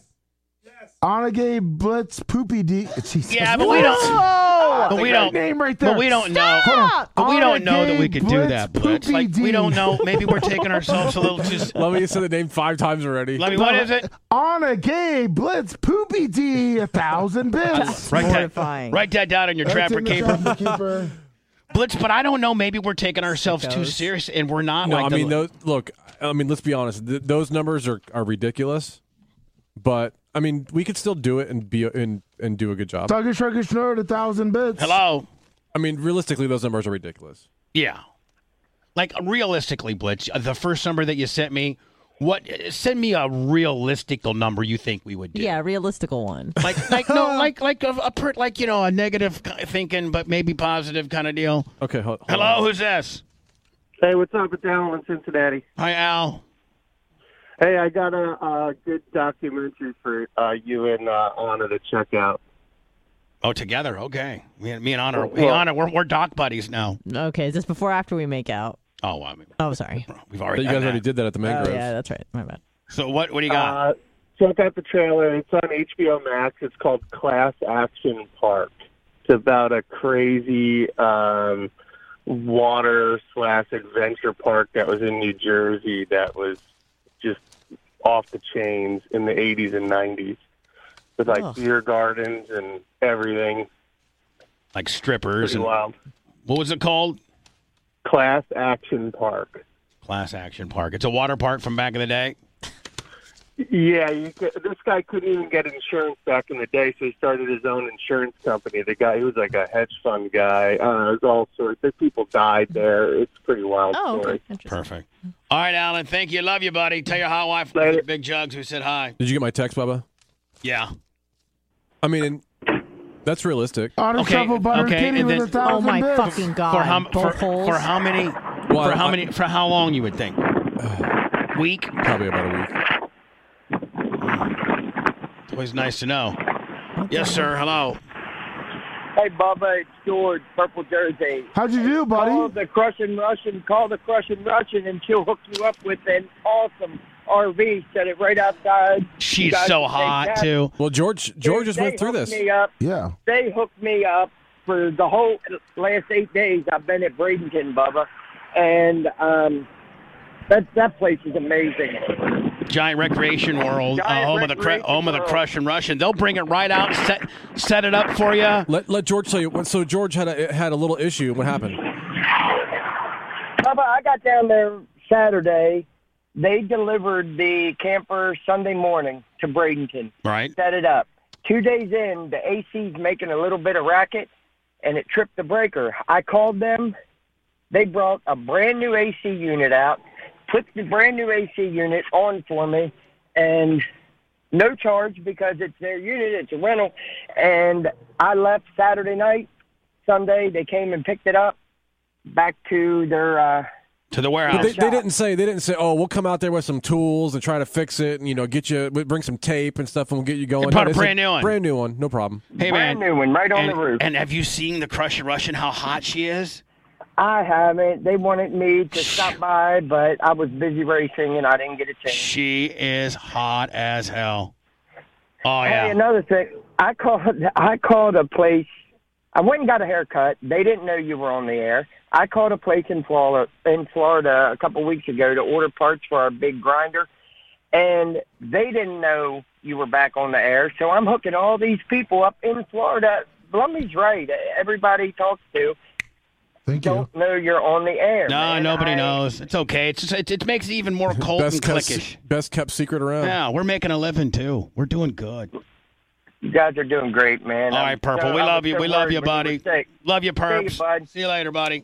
B: Yes. Onagay Blitz Poopy D. (laughs) Jesus.
A: Yeah, but we don't
B: Oh,
A: but we don't-
B: name right there.
A: but we don't know.
C: Stop!
A: But we don't know that we
B: Renegade
A: could do
B: Blitz
A: that, Blitz.
B: Poopy
A: Like we
B: D.
A: don't know. Maybe
B: (laughs)
A: we're taking ourselves a little too. s-
D: Let me say the name five times already.
A: Let me.
C: (laughs)
A: What is it?
B: Onagay Blitz Poopy D. A thousand bits.
D: (laughs)
A: Write that.
C: Mortifying.
A: Write that down on your
B: That's
A: trapper (laughs)
B: in the
A: caper.
B: Trapper Keeper.
A: Blitz, but I don't know. Maybe we're taking ourselves too
C: Sickos.
A: serious, and we're not.
D: No,
A: like
D: I mean
A: the,
D: those. Look, I mean, let's be honest. Th- those numbers are, are ridiculous, but I mean, we could still do it and be and and do a good job.
B: Tuggish, Turkish nerd, a thousand bits.
A: hello.
D: I mean, realistically, those numbers are ridiculous.
A: Yeah. Like realistically, Blitz, uh, the first number that you sent me, what? Send me a realistical number you think we would do.
C: Yeah, a realistical one.
A: Like, like no,
D: (laughs)
A: like, like a, a per,
C: (laughs)
A: like you know, a negative ki- thinking, but maybe positive kind of deal.
D: Okay, hold, hold
A: Hello,
D: on.
A: who's this?
E: Hey, what's up? It's Al in Cincinnati.
A: Hi, Al.
E: Hey, I got a, a good documentary for uh, you and uh, Anna to check out.
A: Oh, together. Okay. Me and, me and Honor.
E: Well-
A: hey, Honor, we're, we're doc buddies now.
C: Okay, is this before or after we make out?
A: Oh, I mean,
C: Oh, sorry.
A: we've
D: You
A: already.
D: guys
A: done
D: already
A: that.
D: did that at the mangroves.
C: Oh, yeah, that's right. My bad.
A: So what? What do you got?
E: Uh, check out the trailer. It's on HBO Max. It's called Class Action Park. It's about a crazy um, water slash adventure park that was in New Jersey that was just off the chains in the 80s and 90s with like
C: Ugh.
E: beer gardens and everything.
A: like strippers
E: Pretty
A: and
E: wild.
A: what was it called?
E: Class Action Park.
A: Class Action Park. It's a water park from back in the day.
E: Yeah, you could, this guy couldn't even get insurance back in the day, so he started his own insurance company. The guy, he was like a hedge fund guy. Uh, it was all sorts. The people died there. It's a pretty wild
C: Oh,
E: story.
C: okay. Interesting.
A: Perfect. All right, Alan. Thank you. Love you, buddy. Tell your hot wife,
E: Later.
A: Big Jugs, who said hi.
D: Did you get my text, Bubba?
A: Yeah.
D: I mean, and that's realistic.
B: Honor
A: Okay,
B: shovel butter
A: okay,
B: kitty
A: and
B: with
A: then-
B: a
C: Oh
B: thousand
C: my
B: bits.
C: fucking god!
A: for how for,
C: Buttholes.
A: for how many
D: Well,
A: for how
D: I-
A: many for how long you would think? Week.
D: Probably about a week.
A: Always nice to know. Yes, sir. Hello.
F: Hey, Bubba, it's George, Purple Jersey.
B: How'd you do,
F: Call
B: buddy?
F: the Crushing Russian, call the Crushing Russian, and she'll hook you up with an awesome RV. Set it right outside. You
A: She's
F: guys
A: so
F: can take
A: hot
F: that.
A: too.
D: Well, George, George just
F: They
D: went through
F: hooked
D: this.
F: Me up.
B: Yeah.
F: They hooked me up for the whole last eight days I've been at Bradenton, Bubba. And um, that, that place is amazing.
A: Giant Recreation World, uh,
F: Giant
A: home of the cru-
F: Recreation
A: home of the
F: World.
A: Crush and Russian. They'll bring it right out, set set it up for you.
D: Let let George tell you. what- So George had a had a little issue. What happened?
F: Bubba, I got down there Saturday. They delivered the camper Sunday morning to Bradenton.
A: Right.
F: Set it up. Two days in, the AC's making a little bit of racket, and it tripped the breaker. I called them. They brought a brand new AC unit out, put the brand new AC unit on for me, and no charge because it's their unit, it's a rental. And I left Saturday night. Sunday, they came and picked it up back to their. Uh,
A: To the
D: But
A: warehouse.
D: they, they
F: shot.
D: didn't say they didn't say oh we'll come out there with some tools and try to fix it and you know get you we- bring some tape and stuff and we'll get you going.
A: And put
D: No,
A: a
D: they
A: brand
D: said,
A: new one.
D: brand new one, no problem.
A: hey
F: brand
A: man.
F: new one right on
A: And,
F: the roof.
A: and have you seen the Crush and Russian? How hot she is.
F: I haven't. They wanted me to stop by, but I was busy racing and I didn't get a chance.
A: She is hot as hell. Oh
F: Hey,
A: yeah.
F: another thing, I called. I called a place. I went and got a haircut. They didn't know you were on the air. I called a place in Florida, in Florida a couple weeks ago to order parts for our big grinder, and they didn't know you were back on the air. So I'm hooking all these people up in Florida. Lumley's right. Everybody he talks to
B: Thank you.
F: don't know you're on the air.
A: No,
F: man.
A: nobody
F: I-
A: knows. It's okay. It's just, it, it makes it even more cold and
D: best kept
A: clickish.
D: best kept secret around.
A: Yeah, we're making a living too. We're doing good.
F: You guys are doing great, man.
A: All
F: I'm
A: right, Purple.
F: so-
A: we
F: I
A: love
F: was
A: you.
F: so
A: We love
F: worried
A: you,
F: when were
A: buddy.
F: sick.
A: Love you, Perps.
F: bud.
A: See you later, buddy.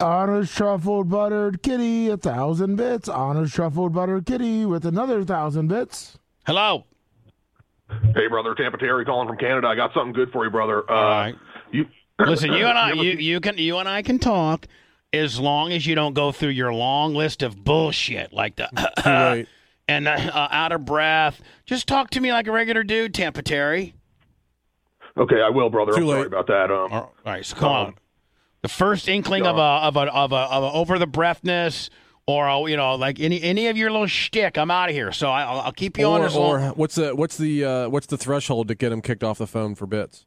B: Honors truffled buttered kitty, a thousand bits. Honors truffled buttered kitty with another thousand bits.
A: Hello.
G: Hey, brother, Tampa Terry calling from Canada. I got something good for you, brother. Uh,
A: All right.
G: You
A: Listen, you
G: (laughs)
A: and I,
G: ever
A: you,
G: see-
A: you can, you and I can talk as long as you don't go through your long list of bullshit like the
D: Too late.
A: (laughs) and uh, uh, out of breath. Just talk to me like a regular dude, Tampa Terry.
G: okay, I will, brother. I'm
D: Too
G: sorry
D: late.
G: about that. Um,
A: All right, so come
G: Um,
A: on. The first inkling of a
G: no.
A: of a of a, of a over the breathness. Or uh, you know, like any any of your little shtick, I'm out of here. So I, I'll, I'll keep you on
D: Or,
A: as long.
D: or what's the what's the uh, what's the threshold to get him kicked off the phone for bits?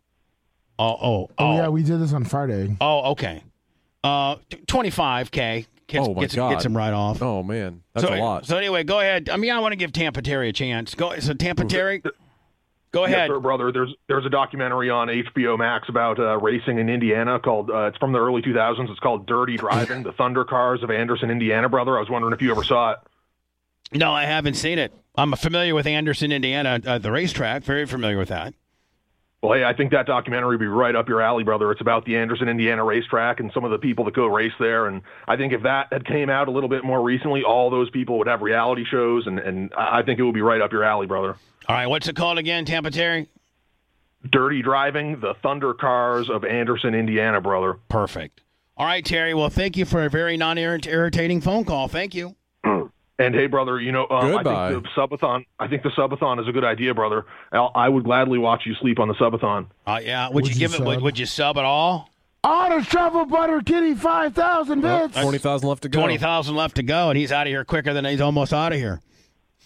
A: oh, oh, oh,
B: Oh, yeah, we did this on Friday.
A: Oh, okay. Uh, twenty five k. Gets,
D: Oh, my
A: gets,
D: God.
A: gets him right off.
D: Oh man, that's
A: so,
D: a lot.
A: So anyway, go ahead. I mean, I want to give Tampa Terry a chance. Go. So Tampa Terry. Go
G: Yes,
A: ahead.
G: sir, brother. There's there's a documentary on HBO Max about uh, racing in Indiana called uh, it's from the early 2000s. It's called Dirty
A: (laughs)
G: Driving: The Thunder Cars of Anderson, Indiana, brother. I was wondering if you ever saw it.
A: No, I haven't seen it. I'm familiar with Anderson, Indiana, uh, the racetrack. Very familiar with that.
G: Well, hey, I think that documentary would be right up your alley, brother. It's about the Anderson, Indiana racetrack and some of the people that go race there. And I think if that had came out a little bit more recently, all those people would have reality shows, and, and I I think it would be right up your alley, brother.
A: All right, what's it called again, Tampa Terry?
G: Dirty driving, the Thunder Cars of Anderson, Indiana, brother.
A: Perfect. All right, Terry. Well, thank you for a very non-irritating phone call. Thank you.
G: And hey, brother, you know, um, I
D: Goodbye.
G: think the subathon. I think the subathon is a good idea, brother. Al, I would gladly watch you sleep on the subathon.
A: Uh, yeah. Would,
B: Would
A: you,
B: you
A: give it? Would,
B: sub?
A: would you sub at all?
B: Honest truffle butter kitty, 5,000 bits.
D: Twenty thousand left to go.
A: Twenty thousand left to go, and he's out of here quicker than he's almost out of here.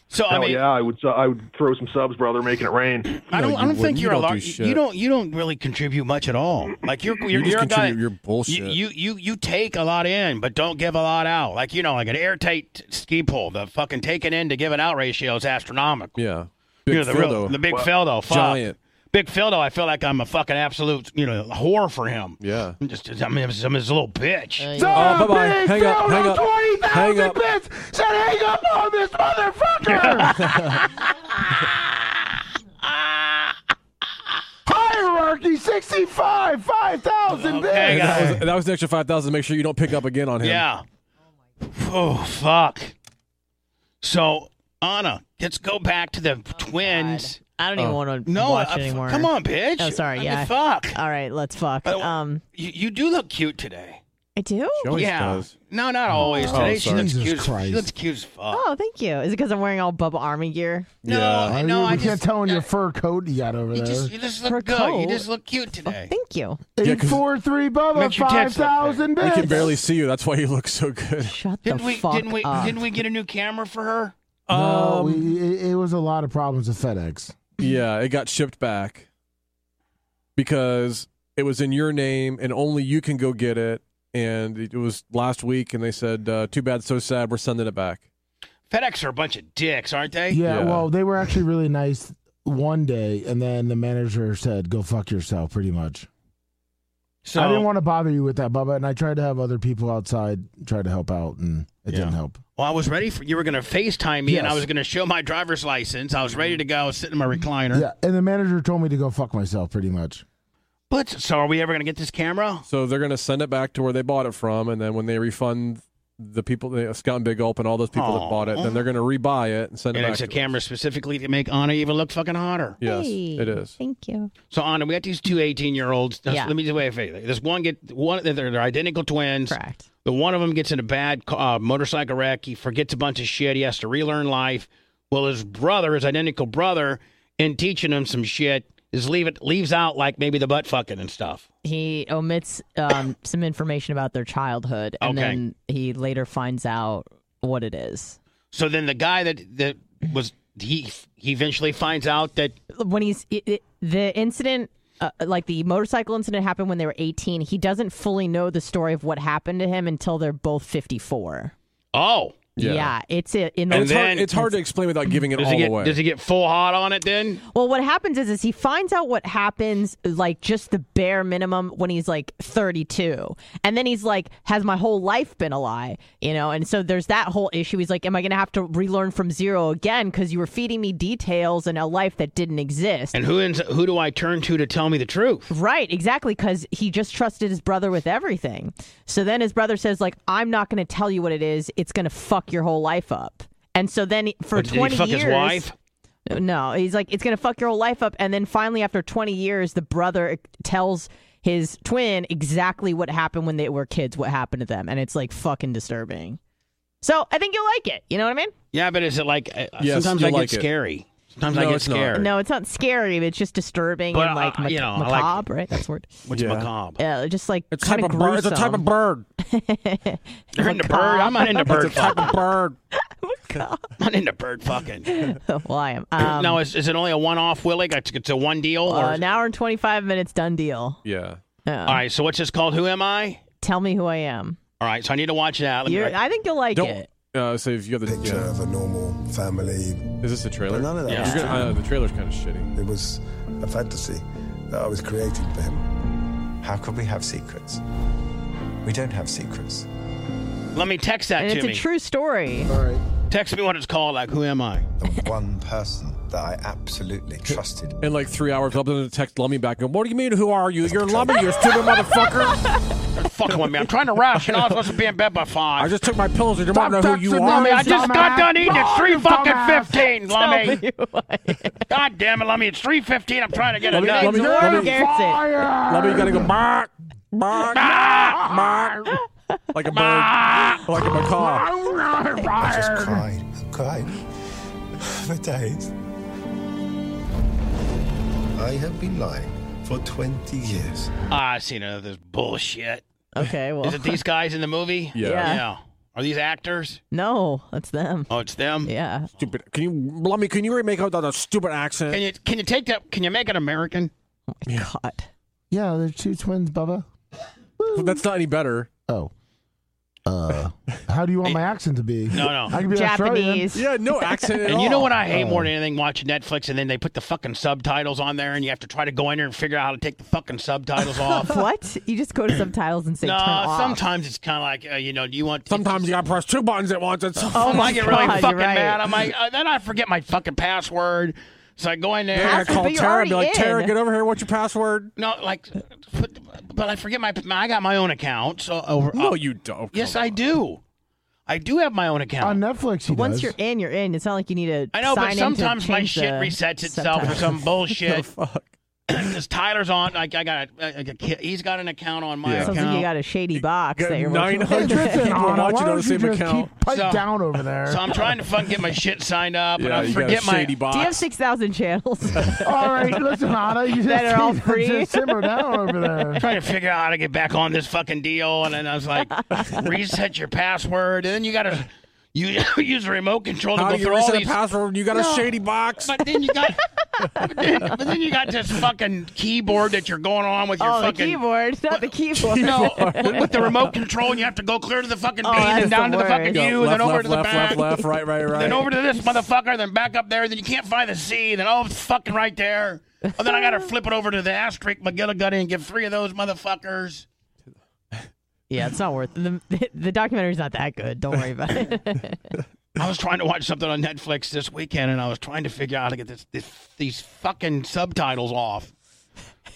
A: So I
G: Hell
A: mean,
G: yeah, I would. su- I would throw some subs, brother, making it rain.
A: I
D: No,
A: don't. I
D: you
A: don't
D: wouldn't.
A: think
D: You
A: you're a
D: don't do
A: lot.
D: shit.
A: you don't. You don't really contribute much at all. Like you're you're,
D: just
A: you're a guy.
D: contribute your bullshit.
A: You, you you you take a lot in, but don't give a lot out. Like you know, like an airtight ski pole. The fucking taking in to giving out ratio is astronomical.
D: Yeah.
A: you know, the
D: Phil,
A: real-
D: though.
A: the big Feldo, fuck.
D: Giant.
A: Big Feldo, I feel like I'm a fucking absolute, you know, whore for him.
D: Yeah.
A: I'm just, I mean, I'm just, I'm just a little bitch.
B: The
D: Oh, bye-bye.
B: big
D: Hang up,
B: Fiona,
D: hang up,
B: 20,000
D: hang up.
B: bits. Said hang up on this
D: (laughs)
B: motherfucker. (laughs) Hierarchy 65, 5,000
D: Oh,
B: bits.
A: Okay, guys.
D: That was, that was an extra five thousand. Make sure you don't pick up again on him.
A: Yeah. Oh fuck. So Anna, let's go back to the twins.
C: Oh, I don't even
D: Oh.
C: want to
A: No,
C: watch
A: I- I-
C: anymore.
A: come on, bitch.
C: Oh, sorry,
A: I mean,
C: yeah.
A: fuck.
C: All right, let's fuck.
A: Oh.
C: Um,
A: You, you do look cute today.
C: I do.
D: She always
A: yeah.
D: does. Oh,
A: No, not always. Today she
D: sorry.
A: looks
B: Jesus
A: cute. as- She
B: Christ.
A: looks cute as fuck.
C: Oh, thank you. Is it because I'm wearing all Bubba Army gear?
A: no,
D: Yeah.
A: no,
B: we
A: I
B: can't
A: just
B: tell in your fur coat you got over
A: you
B: there.
A: just you just look
C: Her
A: good. You
C: coat.
A: just look cute
C: Oh,
A: today.
C: thank you.
D: Yeah, 'cause-
B: 843 Bubba,
A: Makes your tits look
B: 5,000
D: We
B: bits.
D: can barely see you. That's why you look so good.
C: Shut
A: Didn't
C: the
A: we
C: fuck
A: didn't we
C: up.
A: didn't we get a new camera for her?
B: No,
D: Um,
B: we, it, it was a lot of problems with FedEx.
D: Yeah, it got shipped back because it was in your name and only you can go get it. And it was last week, and they said, uh, "Too bad, so sad. We're sending it back."
A: FedEx are a bunch of dicks, aren't they?
B: Yeah,
D: Yeah.
B: well, they were actually really nice one day, and then the manager said, "Go fuck yourself," pretty much.
A: So
B: I didn't want to bother you with that, Bubba, and I tried to have other people outside try to help out, and it
A: Yeah.
B: didn't help.
A: Well, I was ready for you were going to FaceTime me, and I
B: Yes.
A: was going to show my driver's license. I was ready to go, sitting in my recliner.
B: Yeah, and the manager told me to go fuck myself, pretty much.
A: But so, are we ever going to get this camera?
D: So they're going to send it back to where they bought it from, and then when they refund the people, the Scott and Big Gulp and all those people that bought it, then they're going to rebuy it and send it
A: And
D: back.
A: it's a
D: to
A: camera specifically to make Anna even look fucking hotter.
D: Yes,
C: Hey,
D: it is.
C: Thank you.
A: So, Anna, we got these two 18 year olds.
C: Yeah.
A: Let me just wait a favor. This one get one. They're, they're identical twins.
C: Correct.
A: The one of them gets in a bad ca- uh, motorcycle wreck. He forgets a bunch of shit. He has to relearn life. Well, his brother, his identical brother, in teaching him some shit, is leave it leaves out like maybe the butt fucking and stuff.
C: He omits um, some information about their childhood, and
A: Okay.
C: then he later finds out what it is.
A: So then the guy that that was he he eventually finds out that
C: When he's it, it, the incident, uh, like the motorcycle incident, happened when they were 18. He doesn't fully know the story of what happened to him until they're both 54.
A: oh
D: Yeah.
C: it's it in
D: And
C: the
D: it's,
A: then-
D: hard, it's hard to explain without giving it
A: does
D: all
A: he get
D: away.
A: does he get full hot on it then?
C: Well, what happens is, is he finds out what happens, like just the bare minimum, when he's like 32, and then he's like, "Has my whole life been a lie?" You know, and so there's that whole issue. He's like, "Am I going to have to relearn from zero again? Because you were feeding me details and a life that didn't exist."
A: And who ends, who do I turn to to tell me the truth?
C: Right, exactly, because he just trusted his brother with everything. So then his brother says, "Like, I'm not going to tell you what it is. It's going to fuck your whole life up." And so then for
A: Did
C: 20
A: he fuck
C: years,
A: his wife?
C: no, he's like, it's gonna fuck your whole life up. And then finally, after 20 years, the brother eh, tells his twin exactly what happened when they were kids, what happened to them, and it's like fucking disturbing. So I think you'll like it. You know what I mean?
A: Yeah, but is it like uh,
D: Yes,
A: sometimes I
D: you'll
A: get
D: like it.
A: scary. Sometimes I
D: No,
A: get
D: it's not.
A: scared.
C: No, it's not scary, but it's just disturbing
A: But,
C: and like
A: uh,
C: mac-
A: you know, I like-
C: macabre, right? That's the word.
A: What's
D: Yeah.
A: macabre?
C: Yeah, just like
D: it's
C: kind
D: type
C: of
D: of bird. It's a type of bird.
A: You're into bird. I'm not into bird.
D: It's a type
A: fucking.
D: of bird.
A: (laughs) I'm not into bird fucking.
C: well, I am. (laughs) Um,
A: now is, is it only a one off, Willie? It's, it's a one deal.
C: uh,
A: or
C: an hour and 25 minutes, done deal. Uh,
D: Yeah.
A: all right. So what's this called? Who am I?
C: Tell me who I am.
A: All right. So I need to watch that. Let me-
C: You're, I think you'll like
D: Don't.
C: it.
D: Uh, so if you have the
H: picture
D: yeah.
H: of a normal family.
D: is this a trailer?
H: But none of that was
D: You're gonna-
H: true.
D: uh, the trailer's kind of shitty.
H: It was a fantasy that I was creating for him. How could we have secrets? We don't have secrets.
A: Let me text that
C: And
A: to
C: it's
A: me.
C: a true story.
B: All right.
A: text me what it's called. Like, who am I?
H: The one person that I (laughs) absolutely trusted.
D: And like three hours, I'll to text Lummy back and go, what do you mean? Who are you? You're Lummy, you stupid motherfucker.
A: Don't (laughs) fuck with me. I'm trying to rush.
D: (laughs)
A: You know, I'm supposed to be in bed by five.
D: I just took my pills. You don't know who you
B: texting
D: are.
A: Lummy, I just got
B: Dumbass.
A: done eating. It's three
B: You
A: fucking
B: dumbass.
A: fifteen, Lummy. God damn it, Lummy. It's three fifteen. I'm trying to get a
D: Lummi,
A: nut.
D: Lummi,
C: Warren
D: Lummi,
C: Garrison.
B: Fire!
D: Lummi, you gotta go, bark, bark,
A: Ah!
D: bark,
A: (laughs)
D: like a bird, like a macaw.
H: I just cried, cried (sighs) for days. I have been lying for 20 years.
A: Ah, I've seen enough of this bullshit.
C: Okay, well,
A: Is it these guys in the movie?
D: (laughs) Yeah.
C: Yeah.
A: Yeah. Are these actors?
C: no, that's them.
A: Oh, it's them.
C: Yeah.
D: Stupid. Can you, Lummy, can you remake out that that stupid
A: Can
D: accent?
A: you can you take that? Can you make it American?
C: Oh God.
B: Yeah, they're two twins, Bubba.
D: That's not any better.
B: Oh. Uh, (laughs) how do you want my accent to be?
A: No, no.
B: I can be Australian. Oh.
C: Japanese.
D: Yeah,
C: (laughs)
A: (laughs)
D: no accent at
A: And you
D: all.
A: know what I hate more than anything? Watching Netflix and then they put the fucking subtitles on there, and you have to try to go in there and figure out how to take the
C: (laughs)
A: fucking subtitles off.
C: What? You just go to subtitles and say turn
A: no,
C: off.
A: sometimes it's kind of like uh, you know, do you want?
D: Sometimes you gotta press two buttons at once. It's
A: I
C: Oh my
A: get really
C: God, you're
A: fucking
C: right.
A: mad. I'm like, uh, then I forget my fucking password, so I go in there.
D: I
C: Password,
D: call
C: but you're
D: Tara and be
C: already
D: like, Tara,
C: in.
D: get over here. What's your password?
A: No, like, but, but I forget my, my. I got my own account. So over.
D: No,
A: uh,
D: you don't.
A: yes,
D: Come
A: I do. I do have my own account.
B: On Netflix, he
C: Once
B: does.
C: you're in, you're in. It's not like you need to.
A: I know,
C: sign
A: but
C: in to
A: sometimes my
C: change
A: shit
C: the
A: resets itself or
C: subtitles. (laughs)
A: some
D: on.
A: bullshit.
D: The
A: (clears throat)
D: fuck.
A: Because Tyler's on, like I got, a, I got a- he's got an account on my
D: Yeah.
A: account.
C: Sounds like you got a shady box that you're
D: Nine
C: working with.
B: Hey,
D: hundred
C: (laughs)
B: listen,
D: people
B: Anna, why
D: watching on
B: don't
D: the
B: you
D: same
B: just
D: account.
B: keep pipe
A: So-
D: (laughs)
B: down over there?
A: so I'm trying to fucking get my shit signed up, and I
D: you got a
A: forget my.
D: shady box.
C: Do you have 6,000 channels?
A: (laughs)
B: all right, listen, Anna, you just,
C: (laughs) That
D: (laughs)
C: are all
B: keep-
C: free.
B: just simmer down over there.
A: (laughs) Trying to figure out how to get back on this fucking deal, and then I
C: (laughs)
A: was like, reset your password, and then you gotta you (coughs) use a remote control to
D: How
A: go
D: do you
A: through all
D: reset a
A: these. Oh,
D: password? when You got a shady box.
A: But then you got, but then you got this fucking keyboard that you're going on with your
C: oh, the
A: fucking
C: keyboard. Not the keyboard. (laughs)
A: No, with, with the remote control, and you have to go clear to the fucking
C: Oh,
A: bean
C: that's
A: and down
C: the
A: to the fucking
C: worst.
A: U, and
D: left,
A: then over
D: left,
A: to the
D: left,
A: back,
D: left, left, right, right, right.
A: then over to this motherfucker, then back up there, then you can't find the C, then oh, it's fucking right there. And then I gotta flip it over to the asterisk McGilligutty and give three of those motherfuckers.
C: Yeah, it's not worth it. The, the documentary's not that good. Don't worry about
A: (laughs)
C: it. (laughs)
A: I was trying to watch something on Netflix this weekend, and I was trying to figure out how to get this, this these fucking subtitles off.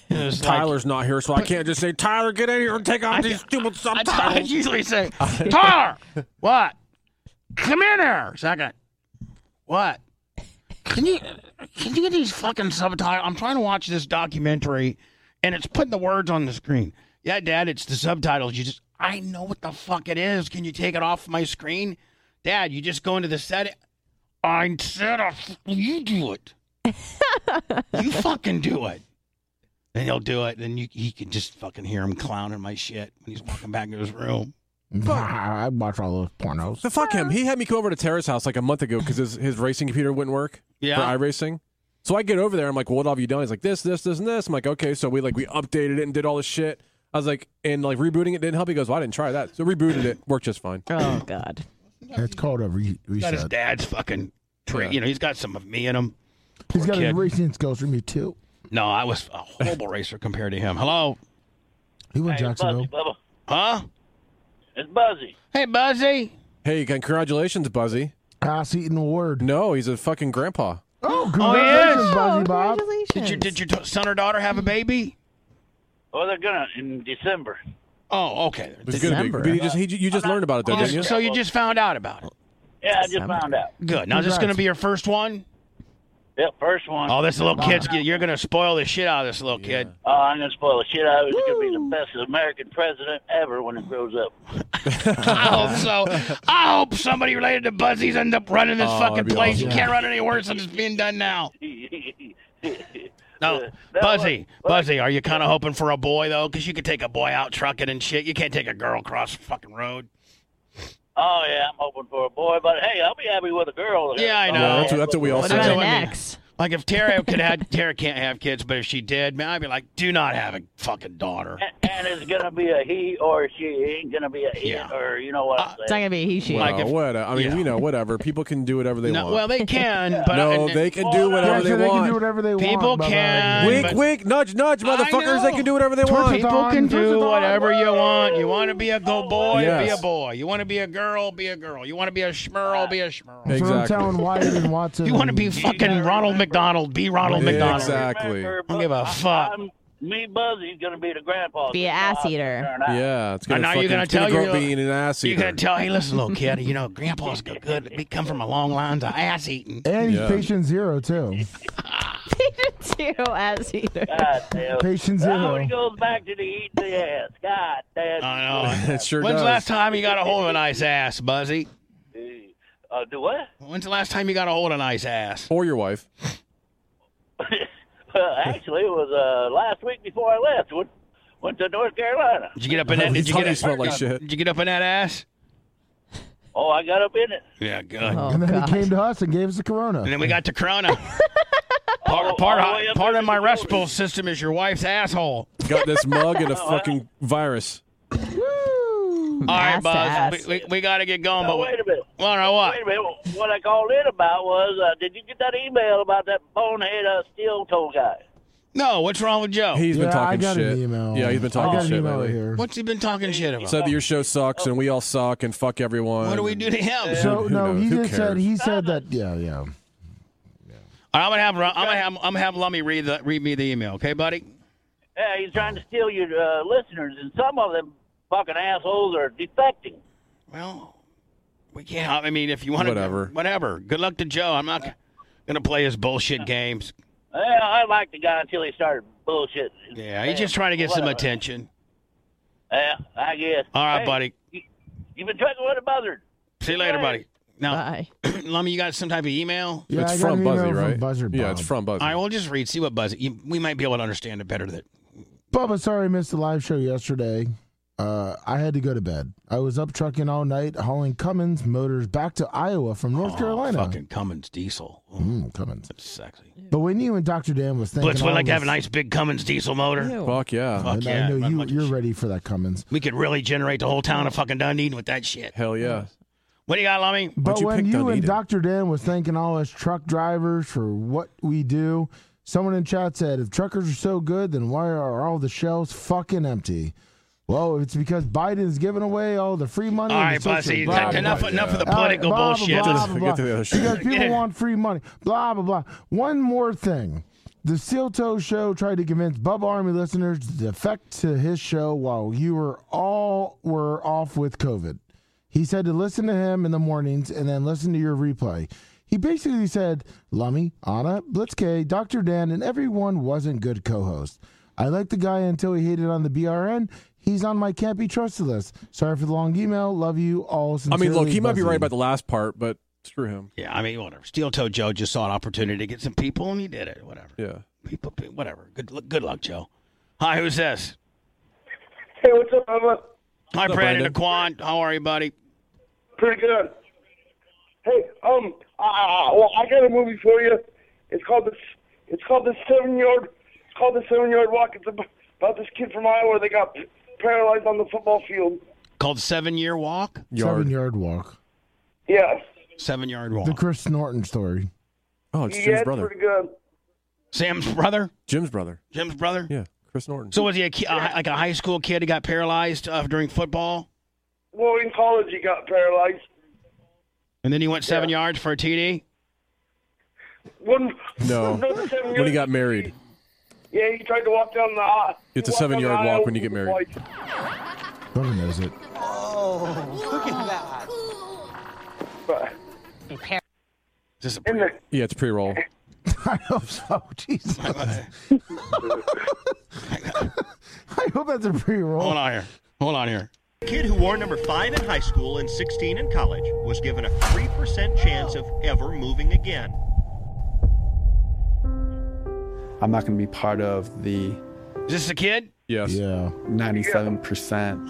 A: And it was like-
D: Tyler's not here, so I can't just say, Tyler, get in here and take off these stupid (laughs)
A: I, I
D: subtitles.
A: usually say, Tyler, what? Come in here. Second, what? Can you can you get these fucking subtitles? I'm trying to watch this documentary, and it's putting the words on the screen. Yeah, Dad, it's the subtitles. You just, I know what the fuck it is. Can you take it off my screen, Dad? You just go into the setting. I said, I f- you do it.
D: (laughs)
A: you fucking do it. And he'll do it, and you, he can just fucking hear him clowning my shit when he's walking back to his room.
B: (laughs) Nah, I watch all those pornos.
D: So fuck him. He had me go over to Tara's house like a month ago because his, his racing computer wouldn't work
A: Yeah.
D: for iRacing. So I get over there. I'm like, what have you done? He's like, this, this, this, and this. I'm like, okay. So we like we updated it and did all this shit. I was like, and like rebooting it didn't help. He goes, well, I didn't try that. So rebooted it. Worked just fine. (clears throat)
C: oh, God.
B: It's called a re-
A: Got his
B: reset.
A: dad's fucking trick.
D: Yeah.
A: You know, he's got some of me in him.
B: He's got his
A: kid.
B: racing skills from you, too.
A: No, I was a horrible racer compared to him. Hello?
B: He went Jacksonville.
I: Bubba.
A: Huh?
I: It's Buzzy.
A: Hey, Buzzy.
D: Hey, congratulations, Buzzy.
B: Ass eating a word.
D: No, he's a fucking grandpa.
B: Oh, congratulations, Buzzy
C: Oh,
B: Bob.
C: congratulations.
A: Did your did your t- son or daughter have a baby?
I: Oh, they're gonna in December.
A: Oh, okay.
D: It's gonna be.
C: December.
D: But he just, he, you just learned about it though, didn't you?
A: Oh, so you just found out about it.
I: Yeah, I just found out.
A: Good. Now, is this
B: Congrats.
A: going to be your first one?
I: Yep, first one.
A: Oh, this little kid's get- you're going to spoil the shit out of this little kid.
I: Oh, I'm gonna spoil the shit out of it. It's gonna be the best American president ever when he grows up.
A: (laughs) I hope so. I hope somebody related to Buzzies end up running this
D: Oh,
A: fucking
D: that'd be
A: place.
D: awesome.
A: You can't run any worse than it's being done now. No,
I: Uh, that
A: Buzzy,
I: was-
A: Buzzy, are you kind of hoping for a boy though? Because you could take a boy out trucking and shit. You can't take a girl across the fucking road.
I: Oh yeah, I'm hoping for a boy, but hey, I'll be happy with a girl.
A: Yeah, I know.
D: yeah, Oh, that's, what- that's what we all
C: What
A: That's
D: said.
C: about
A: what
C: an
A: I mean.
C: ex?
A: Like if Tara could have Tara can't have kids, but if she did, man, I'd be like, do not have a fucking daughter.
I: A- And it's gonna be a he or she. It ain't gonna be a it
A: Yeah. Uh,
I: or you know what I'm
C: It's not
I: saying.
C: gonna be a he she.
A: Like
D: Well,
A: if-
D: what- I mean,
A: yeah.
D: you know, whatever. People can do whatever they
A: No,
D: want.
A: well, they can, but
D: no,
A: I-
D: they can do
B: Yeah,
D: whatever
B: so
D: they
B: they can do
D: want.
B: whatever they
A: People
B: want. bye-bye.
A: can,
D: Wink,
A: but-
D: wink, nudge, nudge,
A: I
D: motherfuckers.
A: know.
D: They can do whatever they
B: Torture
D: want.
B: them.
A: people can
B: Don,
A: do
B: Don.
A: whatever you want. You want to be a go boy, be
D: Yes.
A: a boy. You want to be a girl, be a girl. You want to be a schmirl, be a schmirl.
B: That's what I'm
D: Exactly.
B: telling Wyatt
D: (laughs)
B: and Watson.
A: You want to
B: and-
A: be fucking Ronald McDonald, be Ronald
D: Yeah,
A: McDonald.
D: exactly.
I: Remember,
A: Don't give a
I: I-
A: fuck.
I: I'm- me Buzzy's gonna be
A: (laughs)
I: the grandpa.
C: Be an
I: That's
C: ass
I: how I'm
C: eater.
I: gonna turn out.
D: Yeah, it's
A: And
D: gonna
A: now
D: fucking
A: you're gonna
D: it's gonna
A: tell
D: grow
A: you-
D: up being an ass
A: You
D: eater.
A: gotta tell, hey, listen, little kid, you know, grandpa's got good. We come from a long line to ass eating.
B: And he's
D: Yeah.
B: patient zero
A: (laughs)
B: too.
C: Too ass eater.
I: God damn.
B: Patient
I: Now
B: zero.
I: he goes back to the eat the ass. God
D: (laughs)
I: damn.
A: I know.
D: it sure
A: When's
D: does.
A: the last time you got a hold of a nice ass, Buzzy?
I: Uh, do what?
A: When's the last time you got a hold of a nice ass?
D: or your wife.
I: well, actually, it was uh, last week before I left. Went, went to North Carolina.
A: Did you get
D: (laughs)
A: up in that? Did you
D: Tell
A: get
D: you
A: up,
D: smelled like shit.
A: Did you get up in that ass?
I: Oh, I got up in it.
A: Yeah, good.
C: Oh
B: And then
C: god.
B: he came to us and gave us a Corona.
A: And then we got to
I: (laughs)
A: Corona. part part,
I: all the way up
A: part
I: into
A: of my
I: the
A: respiratory system is your wife's asshole.
D: Got this mug
A: (laughs)
D: and a fucking virus.
C: Woo.
A: All right,
C: Ass to ass.
A: Buzz. We, we, we got to get going.
I: Now,
A: but
I: wait a minute.
A: Well, no, what?
I: Wait a minute. What I called in about was, uh, did you get that email about that bonehead uh, steel toe guy?
A: No, what's wrong with Joe?
D: He's
B: yeah,
D: been talking
B: I got
D: shit.
B: an email.
D: Yeah, he's been
B: I
D: talking
B: got an
D: shit
B: email
D: lately.
B: here.
A: What's he been talking shit about?
D: Said that your show sucks and we all suck and fuck everyone.
A: what do we do to him?
D: Yeah.
B: So
D: Who
B: no,
D: knows?
B: he
D: Who
B: just said
D: cares?
B: he said that. Yeah, yeah.
A: All right, I'm gonna have Ru- I'm gonna have I'm gonna have Lummy read the, read me the email, okay, buddy?
I: Yeah, he's trying to steal your uh, listeners, and some of them fucking assholes are defecting.
A: Well, we can't. I mean, if you want
D: Whatever.
A: to, whatever. Good luck to Joe. I'm not gonna play his bullshit games.
I: Well, I liked the guy until he started bullshitting.
A: Yeah, he's just trying to get some
I: whatever.
A: attention.
I: Yeah, I guess.
A: All right,
I: Hey,
A: buddy.
I: You, you've been talking with a buzzard.
A: See you later, buddy.
I: Hey.
A: Now,
C: Bye.
A: (clears throat) Lummy, you got some type of email?
B: Yeah,
D: it's
B: I got
D: from
B: an email
D: Buzzy,
B: from
D: right?
B: Buzzard
D: yeah,
B: Bob.
D: it's from Buzzy.
A: All right, we'll just read, see what buzz. You, we might be able to understand it better. That
B: Bubba, sorry I missed the live show yesterday. Uh, I had to go to bed. I was up trucking all night, hauling Cummins motors back to Iowa from North
A: Oh,
B: Carolina.
A: fucking Cummins diesel. Oh,
B: Mm, Cummins.
A: that's sexy.
B: But when you and Dr. Dan was thinking,
A: Blitz, we
B: all
A: like to have a
B: this-
A: nice big Cummins diesel motor.
C: Ew.
D: Fuck yeah.
A: Fuck
B: and
A: yeah,
B: I know
A: I'm
B: you,
A: like-
B: you're ready for that Cummins.
A: We could really generate the whole town of fucking Dundee with that shit.
D: Hell yeah.
A: What do you got, Lummy?
B: But
D: you
B: when
D: pick
B: you and
D: Dunedin?
B: Dr. Dan was thanking all us truck drivers for what we do, someone in chat said, if truckers are so good, then why are all the shelves fucking empty? Well, it's because Biden's giving away all the free money.
A: All
B: and
A: right,
B: the social-
A: Buzzy.
B: blah, blah,
A: enough
B: blah.
A: enough of the
B: All right,
A: political
B: blah, blah,
A: bullshit.
B: blah, blah,
D: Get to
B: blah.
D: the other shit.
B: Because people
A: Yeah.
B: want free money. Blah, blah, blah. One more thing. The Seal Toe Show tried to convince Bubba Army listeners to defect to his show while you were all were off with COVID. He said to listen to him in the mornings and then listen to your replay. He basically said, Lummy, Anna, Blitzkay, Dr. Dan, and everyone wasn't good co hosts. I liked the guy until he hated on the BRN. He's on my can't be trusted list. Sorry for the long email. Love you all.
D: I
B: Sincerely,
D: mean, look, he might be
B: Buzzy."
D: right about the last part, but screw him.
A: Yeah, I mean, whatever. Steel Toe Joe just saw an opportunity to get some people, and he did it. Whatever.
D: Yeah.
A: People, whatever. Good, lu- good luck, Joe. Hi, who's this?
E: Hey, what's up, Bubba?
A: Hi,
D: up,
A: Brandon
D: Brandon?
A: Aquan. How are you, buddy?
E: Pretty good. Hey, um, uh, well, I got a movie for you. It's called the It's called the Seven Yard. It's called the Seven Yard Walk. It's about, about this kid from Iowa that got paralyzed on the football field.
A: Called Seven Year Walk.
D: Yard.
B: Seven yard walk.
E: Yeah,
A: Seven Yard
B: The
A: Walk.
B: Chris Norton story.
D: Oh, it's
E: yeah,
D: Jim's
E: it's
D: brother.
E: pretty good.
A: Sam's brother.
D: Jim's brother.
A: Jim's brother.
D: Yeah. Chris Norton.
A: So was he a ki- a, like a high school kid who got paralyzed uh, during football,
E: Well, in college he got paralyzed.
A: and then he went seven yards for a TD?
E: One, (laughs)
D: No.
E: another seven
D: when
E: yard-
D: he got married.
E: yeah, he tried to walk down the. aisle- he
D: It's a
E: walked down
D: seven
E: the
D: yard walk
E: aisle
D: when you get
E: with
D: married.
E: the lights.
B: Bubba knows it.
G: Oh.
E: But
A: Is this a
E: in the
D: Yeah,
E: (laughs)
D: it's pre-roll.
B: I hope so. Jesus. I hope that's a pre
A: Hold
B: roll.
A: on here. Hold on here.
J: (laughs) Kid who wore number 5 in high school and 16 in college was given a 3% chance of ever moving again.
K: I'm not going to be part of the
A: Is this a kid?
D: Yes.
B: Yeah.
K: 97%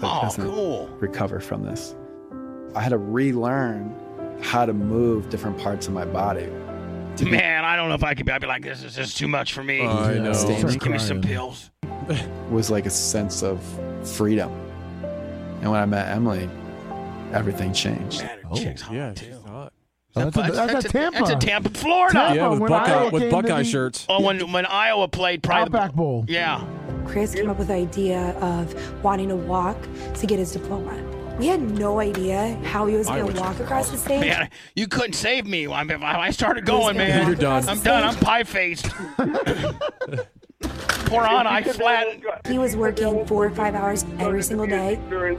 K: that
A: Oh,
K: doesn't
A: cool.
K: recover from this. I had to relearn how to move different parts of my body.
A: Man, I don't know if I could. Be, I'd be like, this is just too much for me.
K: I know. Oh,
A: Just give me
K: Start
A: some
K: crying.
A: pills.
K: was like a sense of freedom. And when I met Emily, everything changed.
A: Oh, yeah,
D: Oh,
K: That's a- that's a Tampa.
A: That's a Tampa, Florida.
K: Tampa, Yeah, with when Buckeye- Iowa with came to Buckeye the-
D: shirts.
A: Oh, when when Iowa played, probably
B: Outback Bowl.
A: Yeah.
L: Chris came up with the idea of wanting to walk to get his diploma. We had no idea how he was
A: I
L: going
A: would-
L: to walk across the stage.
A: Man, you couldn't save me. I, mean, I started going,
L: Please,
A: man.
L: You're done.
A: I'm done. I'm pie faced. Pour on I flat.
L: He was working four or five hours every single day,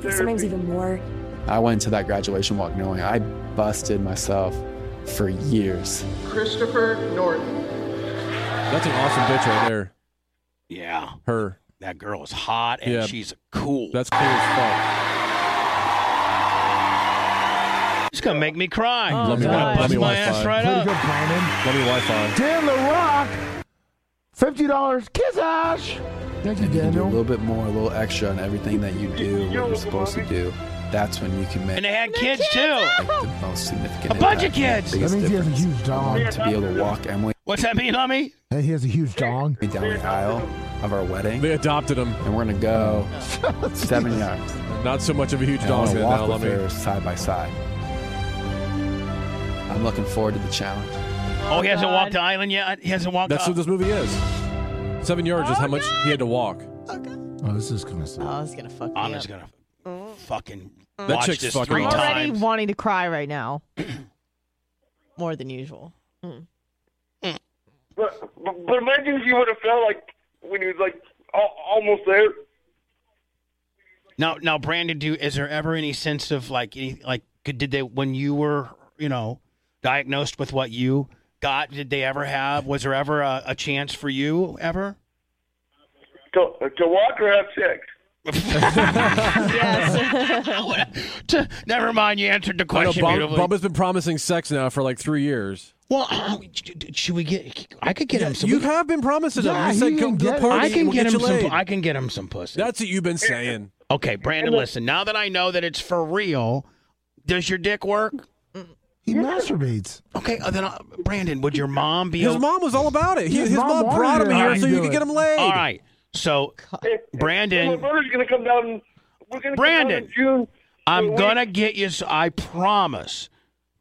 L: sometimes even more.
K: I went to that graduation walk knowing I busted myself for years.
M: Christopher Norton.
D: That's an awesome bitch right there.
A: Yeah.
D: Her.
A: That girl is hot and
D: Yeah.
A: she's cool.
D: That's cool as
A: It's gonna make me cry.
D: Oh, Let me God. Wi- let
A: bust
D: me
A: my
D: Wi-Fi.
A: ass right
D: Pretty
A: up.
D: good fuck. Love your Wi-Fi.
B: Dan The Rock, fifty dollars. Kiss Ash. Thank you,
K: You can do a
B: Daniel.
K: little bit more, a little extra on everything that you do, what you're supposed to do. That's when you can make
A: And they had kids, too.
K: the most significant
A: A bunch of
K: impact and the
A: kids.
K: biggest
B: That means he has a
K: difference.
B: huge dog.
K: Um, To be able to walk Emily
A: What's that mean, Lummy?
B: Hey, he has a huge dong.
K: down the aisle of our wedding.
D: They adopted him.
K: And we're going
B: (laughs)
K: to go seven yards.
D: fuck. Not so much of a huge
K: And I want
D: dog
K: to
D: man
K: walk
D: now. Let
K: with her
D: me.
K: side by side. I'm looking forward to the challenge.
A: Oh, he hasn't walked the island yet. He hasn't walked.
D: That's
A: up.
D: what this movie is. Seven yards is how much he had to walk.
B: Oh, this is gonna suck.
C: Oh, it's gonna fuck me
A: I'm
C: up.
A: just gonna fucking
D: That
A: watch
D: chick's
A: this
D: fucking
A: three
C: I'm already
A: times.
C: wanting to cry right now, (clears throat) more than usual. Mm.
E: But, but, but imagine if you would have felt like when he was like al- almost there.
A: Now, now, Brandon, do is there ever any sense of like, any, like, could- did they when you were, you know, diagnosed with what you got? Did they ever have? Was there ever a, a chance for you ever?
E: To, uh, to walk or have sex?
A: (laughs) T- Never mind. You answered the
D: I know,
A: question beautifully.
D: Bub, has been promising sex now for like three years.
A: well, (clears throat) should we get? I could get him some.
D: You have been promising
A: Yeah,
D: him.
A: he
D: You said
A: can
D: come to the
A: get-
D: party.
A: I can
D: we'll
A: get him
D: you
A: some-
D: laid."
A: I can get him some pussy.
D: That's what you've been saying.
A: Okay, Brandon, listen. Now that I know that it's for real, does your dick work?
B: He masturbates.
A: Okay, uh, then I, Brandon, would your mom be?
D: His
A: o-
D: mom was all about it. He-
B: His
D: his,
B: mom
D: mom,
B: wanted
D: brought him
B: her
D: here
B: to
D: so
B: do
D: you could
B: it.
D: get him laid.
A: All right. So,
E: My
A: Brandon,
E: brother's gonna come down. We're gonna
A: Brandon.
E: come down in June.
A: I'm gonna get you. s- I promise.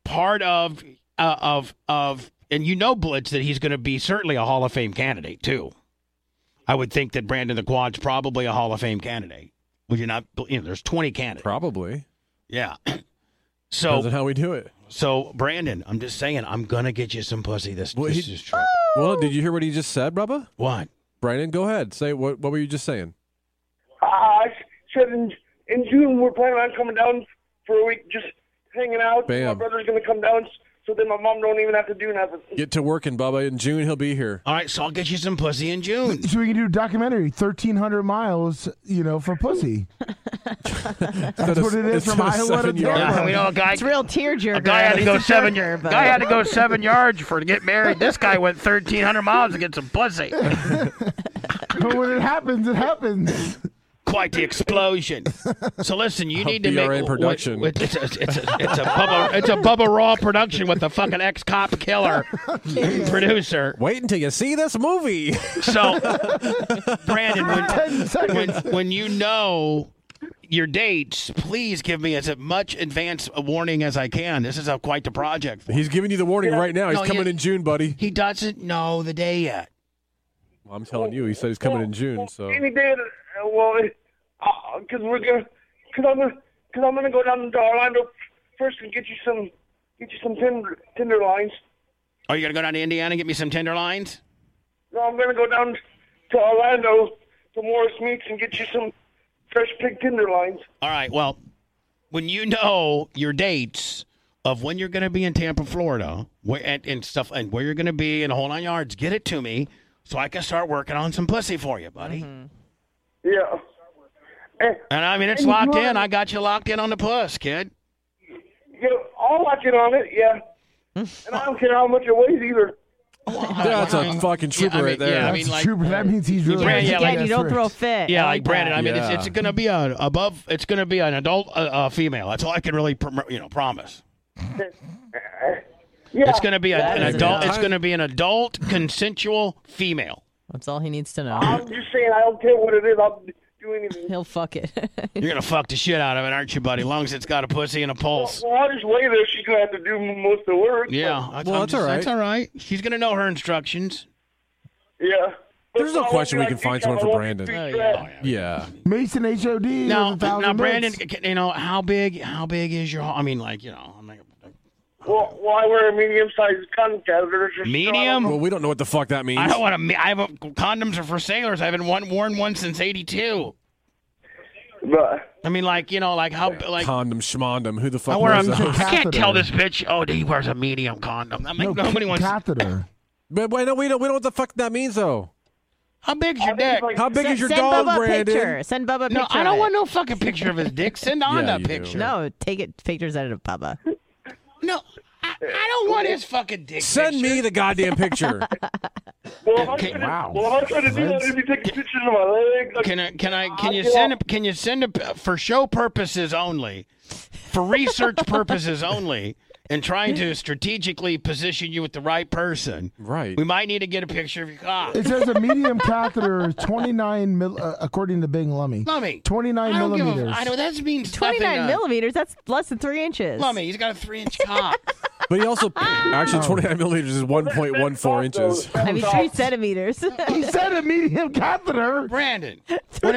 A: Part of uh, of of, and you know, Blitz, that he's gonna be certainly a Hall of Fame candidate too. I would think that Brandon the Quad's probably a Hall of Fame candidate. Would you not? You know, there's 20 candidates.
D: Probably.
A: Yeah. (clears throat)
D: Depends
A: So
D: on how we do it.
A: so Brandon, I'm just saying, I'm gonna get you some pussy this
D: Well,
A: this
D: he-
A: is true.
D: Well, did you hear what he just said, Bubba?
A: What?
D: Brandon, go ahead. Say what? What were you just saying?
E: uh, I said in, in June we're planning on coming down for a week, just hanging out. My
D: Bam.
E: brother's gonna come down, so then my mom don't even have to do nothing.
D: Get to work, and Bubba in June he'll be here.
A: All right, so I'll get you some pussy in June.
B: So we can do a documentary, thirteen hundred miles, you know, for
A: (laughs)
B: pussy. (laughs) That's what it is
D: Instead
B: from
D: of
B: Iowa to
D: seven yards.
A: Yeah,
B: Tampa.
A: we know a guy.
C: It's a real tearjerker.
A: A guy had to go
C: It's a
A: seven.
C: tearjerker, but-
A: Guy had to go seven yards for to get married. This guy went thirteen hundred miles to get some
B: (laughs)
A: pussy.
B: But when it happens, it happens.
A: Quite the explosion. So listen,
D: (laughs)
A: you
D: I'll
A: need to
D: be
A: make
D: our own production.
A: what- it's, a, it's, a, it's a Bubba it's a Bubba Raw production with a fucking ex cop
B: (laughs)
A: killer producer.
D: Wait until you see this movie. (laughs)
A: So Brandon, when,
B: Ten
A: when,
B: seconds.
A: when you know your dates, please give me as much advance warning as I can. This is a, quite the
D: (laughs)
A: project.
D: He's giving you the warning right now. He's
A: No, he-
D: coming in June, buddy.
A: He doesn't know the day yet.
D: Well, I'm telling you, he said he's coming in June. So
E: Any day, uh, well, because we're gonna, because I'm gonna, because I'm gonna go down to Orlando first and get you some, get you some tender tenderloins.
A: Are you gonna go down to Indiana and get me some tenderloins?
E: No, I'm gonna go down to Orlando to Morris Meats and get you some fresh pig tenderloins.
A: All right. Well, when you know your dates of when you're going to be in Tampa, Florida, where, and, and stuff, and where you're going to be, and whole nine yards, get it to me so I can start working on some pussy for you, buddy.
E: Yeah. And,
A: And I mean, it's
E: And you
A: locked
E: are-
A: in. I got you locked in on the puss, kid.
E: you know, I'll watch it on it. Yeah. And I don't care how much it weighs either.
D: that's a fucking trooper
A: I mean,
D: right there.
A: yeah, I
B: That's
A: mean, like-
B: true, but that means he's really.
A: Yeah,
C: Again,
A: yeah, like-
C: you don't throw a fit.
A: Yeah,
C: I
A: like Brandon.
C: that.
A: I mean,
D: Yeah.
A: it's, it's going to be a above. It's going to be an adult uh, uh, female. That's all I can really, prom- you know, promise. Yeah, it's going to be a,
C: that
A: an
C: is
A: adult.
C: enough.
A: It's going to be an adult consensual female.
C: That's all he needs to know.
N: I'm just saying, I don't care what it is. I'll do anything.
C: He'll fuck
A: (laughs)
C: it.
A: You're going to fuck the shit out of it, aren't you, buddy? Long as it's got a pussy and a pulse.
N: Well, I'll just lay there. She's gonna have to do most of the work.
A: Yeah, I- I'm just- That's all right. She's going to know her instructions.
N: Yeah.
D: There's no question we can find someone for Brandon.
A: yeah.
D: Yeah.
B: Mason HOD.
A: Now,
B: with a thousand
A: now, Brandon,
B: bucks.
A: c- c- you know how big? How big is your? ho- I mean, like you know, I'm like
N: Well, well, I wear a medium-sized condom catheter. Just so I don't
A: medium.
N: know.
D: Well, we don't know what the fuck that means.
A: I don't want to. I have a, condoms are for sailors. I haven't one, worn one since '82.
N: But
A: I mean, like you know, like how like
D: condom schmondom. Who the fuck
A: I wear
D: wears
A: a,
D: those?
A: I can't tell this bitch. Oh, he wears a medium condom. I mean, nobody wants.
B: catheter.
D: (laughs) But wait, no, we don't. We don't know what the fuck that means though.
A: How big is your dick?
D: How big
C: Send-
D: is your
C: send
D: dog,
C: Bubba a
D: Brandon?
C: picture. Send Bubba a
A: No,
C: picture
A: I
C: of
A: don't
C: it.
A: want no fucking
C: (laughs)
A: picture of his dick. Send on
D: Yeah,
A: a
D: you do.
A: picture.
C: No, take it pictures out of Bubba.
A: no, I, I don't want his fucking dick.
D: Send me the goddamn
C: (laughs)
A: (laughs)
D: picture.
N: Well, if I
A: Okay,
N: try to-
A: wow.
N: Well, if I try to do that,
A: Reds.
N: it'd be taking pictures of my uh, legs.
A: Can I? Can I? Can you
N: get
A: send? A, can you send a for show purposes only,
N: (laughs)
A: for research purposes only, and trying to strategically position you with the right person?
D: Right.
A: We might need to get a picture of your ah, cock.
B: It says a medium catheter is 29 mil, uh, according to Bing Lummy.
A: Lummy.
B: 29
A: I don't give a-
B: millimeters.
A: I know that means
C: Twenty nine
A: nothing, uh,
C: millimeters. That's less than three inches.
A: Lummy, he's got a three-inch cock.
D: But
B: (laughs)
D: he also
B: Oh.
D: actually 29 millimeters is 1.14 inches. (laughs)
C: I mean, three centimeters.
B: he said a medium catheter.
A: Brandon, when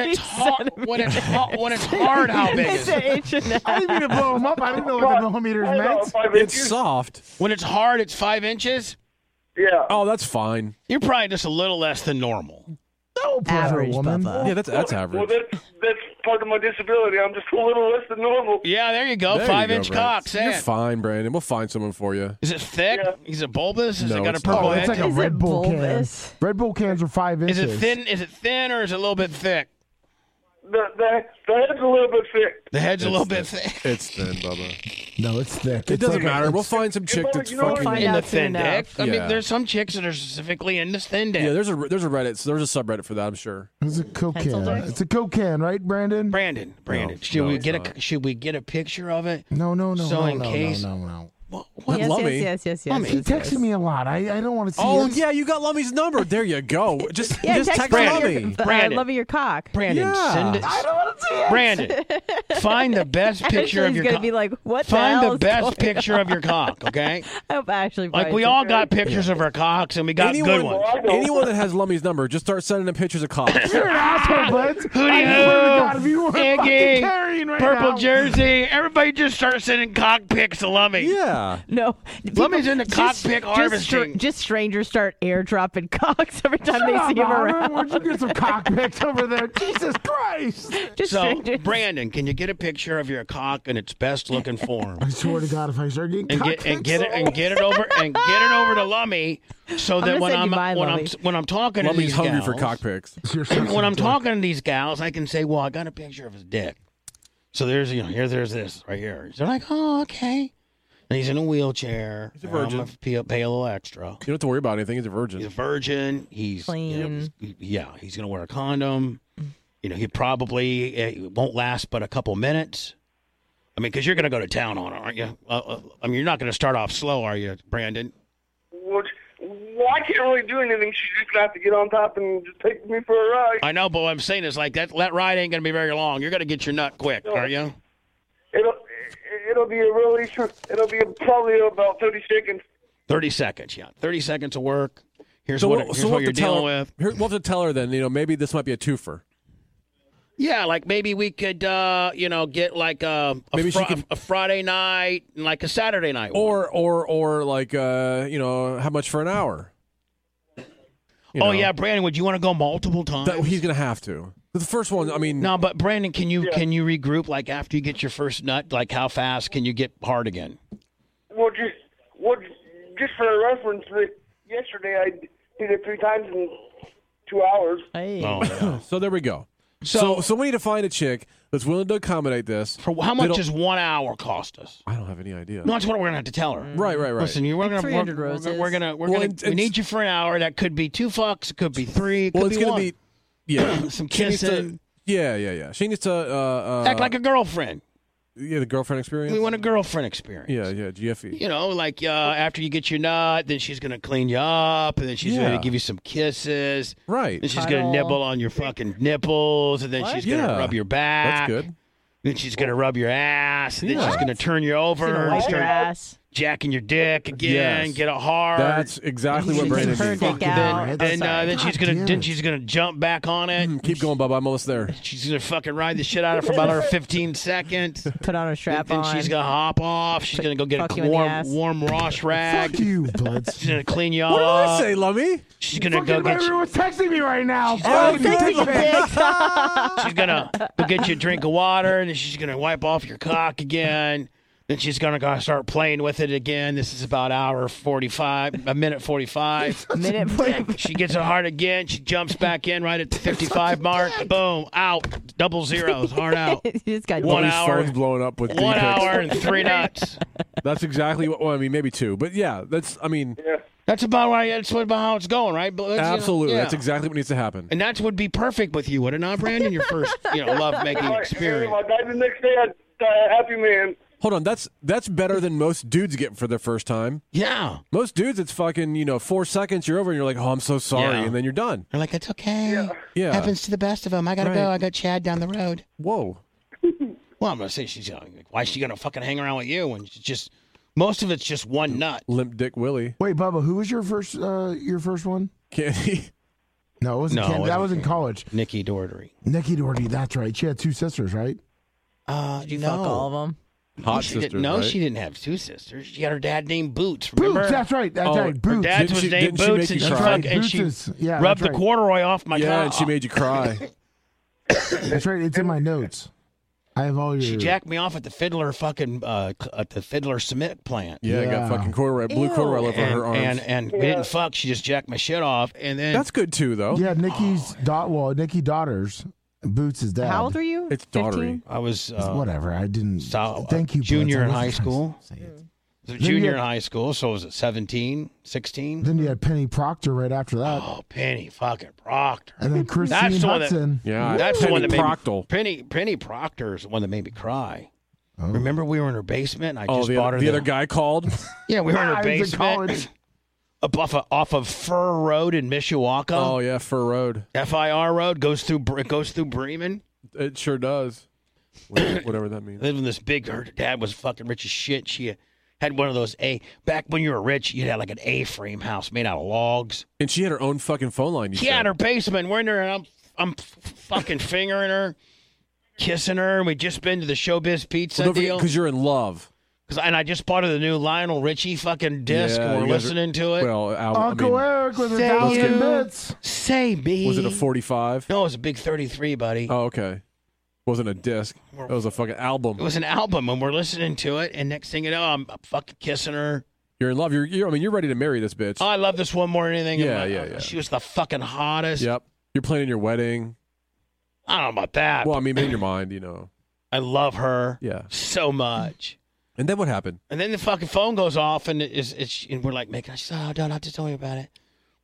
N: (laughs)
A: it's hard, when it's hard, when it's hard, how big
C: it's
A: is
C: an
A: it?
C: inch and a
B: I
C: half.
B: didn't mean to blow him up. I didn't know what the millimeters meant.
D: It's soft.
A: When it's hard, it's five inches.
N: Yeah.
D: Oh, that's fine.
A: You're probably just a little less than normal.
B: No, poor
C: Average,
B: woman.
C: Bubba.
D: Yeah, that's that's
N: Well,
D: average.
N: that's that's part of my disability. I'm just a little less than normal.
A: Yeah, there you go.
D: There you go,
A: Five-inch
D: Brandon.
A: cock. Say
D: You're
A: it.
D: fine, Brandon. We'll find someone for you.
A: Is it thick?
N: Yeah.
A: Is it bulbous? Has
D: No,
A: it got a
D: it's not.
A: purple
B: Oh,
A: head?
B: it's like a
C: Is
B: Red
C: it
B: Bull
C: bulbous?
B: can. Red Bull cans are five
A: Is
B: inches.
A: it thin? Is it thin or is it a little bit thick?
N: The the the head's a little bit thick.
A: The head's a
D: It's
A: little bit
D: thick.
A: thick.
D: It's thin, Bubba.
B: No, it's thick.
D: It
B: It's
D: doesn't
B: like a-
D: matter. We'll
B: it's-
D: find some chick that's
N: you know what?
D: fucking.
C: Find
A: In
C: out
A: the
C: soon
A: thin dick.
C: enough.
A: I
D: Yeah.
A: mean, there's some chicks that are specifically in this thin dick.
D: Yeah, there's a there's a Reddit. there's a subreddit for that. I'm sure.
B: It's a cocaine.
C: dick?
B: It's a cocaine, right, Brandon?
A: Brandon, Brandon,
D: No,
A: should
D: no,
A: we
D: it's
A: get
D: not.
A: a should we get a picture of it?
B: No, Oh, no, no,
A: So
B: no,
A: in
B: no,
A: case-
B: no, no, no.
A: What, what?
C: Yes, yes,
D: Lummy.
C: yes, yes, yes.
A: Lummy.
B: He
C: yes, yes.
B: texted me a lot. I, I don't want to see
D: Oh
B: him.
D: yeah, you got Lummy's number. There you go. Just
C: Yeah,
D: just text,
C: text
D: Lummy.
C: Your, uh,
A: Brandon.
C: loving your cock.
A: Brandon,
D: Yeah.
A: send it.
B: I don't want to see it.
A: Brandon, find the best
C: (laughs)
A: picture
C: Ashley's
A: of your
C: gonna
A: cock.
C: be like, "What the
A: find
C: hell
A: the
C: is
A: best
C: going
A: picture of your cock, okay?
C: (laughs) I hope Ashley.
A: Like
C: Bryan
A: we all
C: took
A: got
C: her. (laughs)
A: pictures of our cocks, and we got good
D: anyone,
A: ones.
D: (laughs) anyone that has Lummy's number, just start sending them pictures of
A: (laughs)
D: cocks.
B: You're an asshole, Blitz. Who
A: Hootie
B: God, if you
A: hoo,
B: were
A: Iggy,
B: fucking carrying right
A: purple
B: now.
A: jersey. Everybody just start sending cock pics to Lummy.
D: yeah.
C: No,
A: Lummy's into
C: just-
A: cockpit
C: just
A: harvesting.
C: stra- Just, strangers start airdropping (laughs) cocks every time
B: Shut
C: they
B: up,
C: see him
B: Oliver.
C: around. (laughs)
B: Where'd you get some cockpits over there? (laughs) Jesus Christ!
C: Just
A: So,
C: strangers.
A: Brandon, can you get a picture of your cock in its best
B: (laughs)
A: looking form?
B: I swear to God, if I start getting
A: and
B: cockpits,
A: get and get it and get it over and get it over to Lummy so that
C: gonna
A: when
C: send you
A: I'm
C: mine,
A: when
C: Lummy.
A: I'm when I'm talking to
D: Lummy's
A: these
D: hungry for
A: gals-
D: cock pics.
B: (laughs) You're such
A: (clears throat) when
B: a
A: I'm
B: dick.
A: talking to these gals, I can say, "Well, I got a picture of his dick." So there's you know here there's this right here. They're like, "Oh, okay." And he's in a wheelchair. He's
D: a virgin.
A: I'm gonna pay, pay a little extra.
D: You don't have to worry about anything. He's a virgin.
A: He's a virgin. He's you know,
C: Clean.
A: he's- he- yeah, he's gonna wear a condom. You know, he probably it won't last but a couple minutes. I mean, because you're gonna go to town on it, aren't you? Uh, uh, I mean, you're not gonna start off slow, are you, Brandon?
N: Which, well, I can't really do anything. She's just gonna have to get on top and just take me for a ride.
A: I know, but what I'm saying is like that. That ride ain't gonna be very long. You're gonna get your nut quick, are you?
N: It'll it'll be a really short. It'll be probably about thirty seconds.
A: Thirty seconds, yeah. Thirty seconds of work. Here's
D: So
A: what,
D: we'll,
A: here's
D: so we'll
A: what
D: have
A: you're
D: to tell
A: dealing
D: her,
A: with.
D: here- We'll have to tell her then. You know, maybe this might be a twofer.
A: Yeah, like maybe we could, uh, you know, get like a a,
D: Maybe she
A: fri-
D: could-
A: a Friday night and like a Saturday night. one.
D: Or or or like uh, you know, how much for an hour? You
A: oh
D: know,
A: yeah, Brandon, would you want to go multiple times?
D: that, he's gonna have to. The first one, I mean,
A: no, but Brandon, can you can you regroup? Like after you get your first nut, like how fast can you get hard again?
N: Well, just well, just for a reference, that yesterday I did it three times in two hours.
C: Hey.
A: Oh, (laughs) yeah.
D: so there we go.
A: So-
D: so so we need to find a chick that's willing to accommodate this.
A: For how
D: They
A: much
D: don't-
A: does one hour cost us?
D: I don't have any idea. Mm.
A: No, that's what we're gonna have to tell her.
D: Right, right, right.
A: Listen, you we're gonna
C: 300
A: we're,
C: roses.
A: we're gonna we're
D: Well,
A: gonna
D: it's-
A: we need you for an hour. That could be two fucks. It could be three. It could
D: well, it's
A: be
D: gonna
A: one.
D: be yeah,
A: (clears throat) Some
D: She needs to-
A: kissing.
D: yeah, yeah, yeah. She needs to uh, uh,
A: Act like a girlfriend.
D: yeah, the girlfriend experience.
A: We want a girlfriend experience.
D: Yeah, yeah, GFE.
A: You know, like uh, after you get your nut, then she's gonna clean you up, and then she's
D: Yeah.
A: gonna give you some kisses.
D: Right.
A: Then she's gonna
D: Cuddle.
A: nibble on your fucking nipples, and then
D: What?
A: she's gonna
D: Yeah.
A: rub your back.
D: That's good.
A: Then she's gonna rub your ass, and then
D: Yeah.
A: she's gonna turn you over,
D: She's gonna
A: and
D: wipe
A: she's
D: your
A: gonna
C: ass.
A: jacking your dick again,
D: Yes.
A: get it hard.
D: That's exactly what Brandon did.
A: Then, then, uh, then she's gonna then she's gonna jump back on it.
D: Mm, Keep going, Bubba. I'm almost there.
A: (laughs) She's gonna fucking ride the shit out of her for about another 15 seconds.
C: Put on her strap
A: then, Then she's
C: on.
A: gonna hop off. She's gonna go get
C: fuck you
A: a
C: in the
A: warm,
C: ass.
A: warm wash rag.
B: Fuck you, Blitz.
A: She's gonna clean you
B: What did I
A: up.
B: say,
D: Lummy?
A: She's gonna go
B: Fucking
A: get you.
B: everyone's texting me right now.
A: Oh,
B: Fucking
A: thank you,
B: dick pics.
A: She's gonna go get you a drink of water, and then she's gonna wipe off your cock again. Then she's gonna go start playing with it again. This is about hour forty-five, a minute forty-five.
C: Minute
A: She gets it hard again. She jumps back in right at the fifty-five mark. Boom, out, double zeros, hard out.
C: (laughs) This guy
A: One
D: Lummy's
A: hour.
D: phone's blowing up with
A: One
D: dick pics.
A: hour and
D: (laughs)
A: three nuts.
D: That's exactly what. Well, I mean, maybe two, but yeah, that's. I mean,
A: That's about right. That's what- about how it's going, right? But let's, you know,
D: absolutely.
A: yeah.
D: That's exactly what needs to happen.
A: And that would be perfect with you, would it not, Brandon? Your first, you know, love
N: (laughs)
A: making
N: Right,
A: experience.
N: I died the next day. I died a happy man.
D: Hold on, that's that's better than most dudes get for their first time.
A: Yeah,
D: most dudes, it's fucking you know four seconds. You're over, and you're like, oh, I'm so sorry,
A: Yeah.
D: and then you're done.
A: They're like, it's okay.
D: (laughs) Yeah.
A: Happens to the best of them. I gotta
D: Right.
A: go. I got Chad down the road.
D: Whoa.
A: Well, I'm gonna say she's young. Like, why is she gonna fucking hang around with you when she's just most of it's just one nut?
D: Limp Dick Willie. (laughs)
B: Wait, Bubba, who was your first uh, your first one?
D: Candy.
B: No, it wasn't
A: No,
B: Candy.
A: it
B: that
A: wasn't
B: was in college.
A: Nikki Doherty.
B: Nikki Doherty, that's right. She had two sisters, right?
A: Uh, you
B: fuck
A: know,
B: all
C: of them.
A: no,
B: Hot
A: she didn't-
B: sisters,
A: no,
B: right?
A: she didn't have two sisters. She had her dad named Boots.
B: Boots,
A: Remember?
B: that's right, that's Oh, right,
A: Her
B: Boots.
A: dad
B: Didn't
A: was
B: she-
A: named
B: didn't she make
A: Boots, and
B: you
A: she,
B: cry?
A: fuck, and
B: Boots
A: she
B: is- yeah, that's
A: rubbed
B: right.
A: the corduroy off my
D: yeah,
A: cock.
D: and she made you
A: (laughs)
D: cry.
B: That's right. It's in my notes. I have all your.
D: Hmm.
A: She jacked me off at the Fiddler fucking uh, c- at the Fiddler cement plant.
D: Yeah, got fucking corduroy, blue corduroy all over
A: and,
D: her arms.
A: And and we didn't fuck. She just jacked my shit off, and then
D: that's good too, though.
B: Yeah, Nikki's dot. Well, Nikki daughters. Boots is dad.
C: How old were you?
D: It's
C: daughter.
A: I was uh,
B: Whatever. I didn't.
A: So,
B: thank you. Blitz.
A: Junior
B: I
A: in
B: wasn't
A: high
B: trying to
A: school. So
B: Then you
A: junior
B: had-
A: in high school. So was it 17, 16?
B: Then you had Penny Proctor right after that.
A: Oh, Penny fucking Proctor.
B: And
C: (laughs)
B: then Christine
A: that's the One
B: Hudson.
A: that,
B: Yeah,
A: that's the
B: Penny
A: one that made
B: Proctor.
A: me, Penny Penny Proctor is the one that made me cry.
B: Oh.
A: Remember we were in her basement and I
D: oh,
A: just
D: the,
A: bought
D: other,
A: her
D: the other guy called.
A: (laughs) Yeah, we were in her
D: Ah, it was in
A: (laughs) basement. Up off of, off of Fur Road in Mishawaka.
D: Oh yeah, Fur Road.
A: FIR Road goes through Bre- goes through Bremen.
D: It sure
A: (coughs)
D: does. Whatever whatever that means.
A: lived in this big. Her dad was fucking rich as shit. She had one of those a back when you were rich, you had like an A-frame house made out of logs.
D: And she had her own fucking phone line. You
A: She had her basement. We're in there, and I'm I'm f- fucking fingering her, kissing her. And we just been to the Showbiz Pizza deal.
D: because you're in love.
A: 'Cause- and I just bought her the new Lionel Richie fucking disc.
D: Yeah,
A: and we're
D: you guys are-
A: listening to it.
D: Well, Al- I Uncle mean-
B: Eric with a
A: Say
B: thousand
A: you-
B: bits.
A: Say me.
D: Was it a 45?
A: No, it was a big 33, buddy.
D: Oh, okay. Wasn't a disc. That was a fucking album.
A: It was an album, and we're listening to it. And next thing you know, I'm fucking kissing her.
D: You're in love. You're, you're. I mean, you're ready to marry this bitch.
A: Oh, I love this one more than anything.
D: Yeah,
A: I'm like,
D: yeah,
A: oh,
D: yeah.
A: She was the fucking hottest.
D: Yep. You're planning your wedding.
A: I don't know about that.
D: Well, I mean, in your mind, you know.
A: I love her
D: Yeah.
A: so much.
D: And then what happened?
A: And then the fucking phone goes off, and it's, it's and we're like making. I said, "Oh, don't have to tell you about it."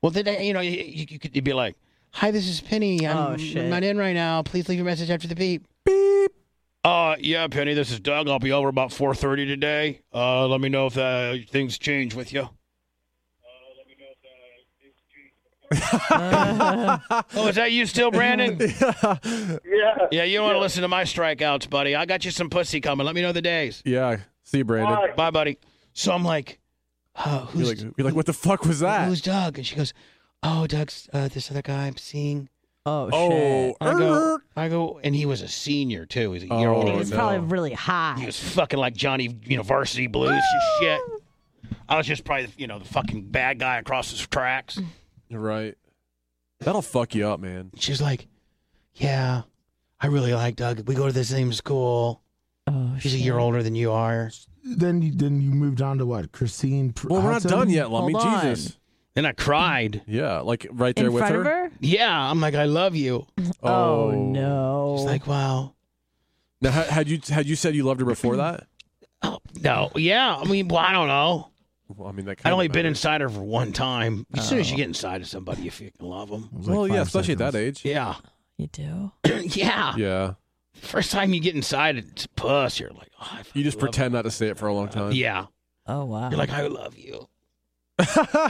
A: Well, then eh, you know you, you, you could you'd be like, "Hi, this is Penny. I'm,
C: Oh, shit.
A: I'm not in right now. Please leave your message after the beep." Beep. Uh, yeah, Penny. This is Doug. I'll be over about four thirty today. Uh, let me know if uh, things change with you. (laughs) oh, is that you still,
F: (laughs)
A: Brandon?
N: Yeah.
A: Yeah, you don't want to listen to my strikeouts, buddy. I got you some pussy coming. Let me know the days.
D: Yeah. (laughs) See you, Brandon.
A: Bye, buddy. So I'm like, oh,
D: You're
A: who's
D: like, you're like, what the fuck was that?
A: who's Doug? And she goes, oh, Doug's uh, this other guy I'm seeing.
C: Oh,
D: Oh,
A: I go, I go, and he was a senior too. He was a year
D: Oh,
A: older.
D: He
A: than
D: was
A: me.
C: Probably really high.
A: He was fucking like Johnny University Blues and shit. I was just probably, you know, the fucking bad guy across his tracks.
D: You're right. That'll fuck you up, man.
A: She's like, yeah, I really like Doug. We go to the same school.
C: Oh,
A: He's a year older than you are.
B: Then you then you moved on to what? Christine. Pr-
D: Well, we're not
B: Hudson?
D: done yet, Lummy. Jesus.
A: Then I cried.
D: Yeah, like right there
C: In
D: with
C: front
D: her.
C: of her?
A: Yeah, I'm like, I love you.
C: Oh, no.
A: She's like, wow.
D: Now, ha- had you had you said you loved her
A: (laughs)
D: before that?
A: No, yeah. I mean, well, I don't know.
D: Well, I mean, that.
A: I'd
D: kinda
A: only been
D: matters.
A: inside her for one time. As soon as
C: Oh.
A: you get inside of somebody, you fucking love them.
D: Well, yeah, especially at that age.
A: (coughs) Yeah. (laughs)
C: You do?
A: yeah.
D: Yeah.
A: First time you get inside, it's puss. You're like, oh, I
D: You just pretend not to say it for a long time.
A: Yeah.
C: Oh wow.
A: You're like, I love you.
C: What's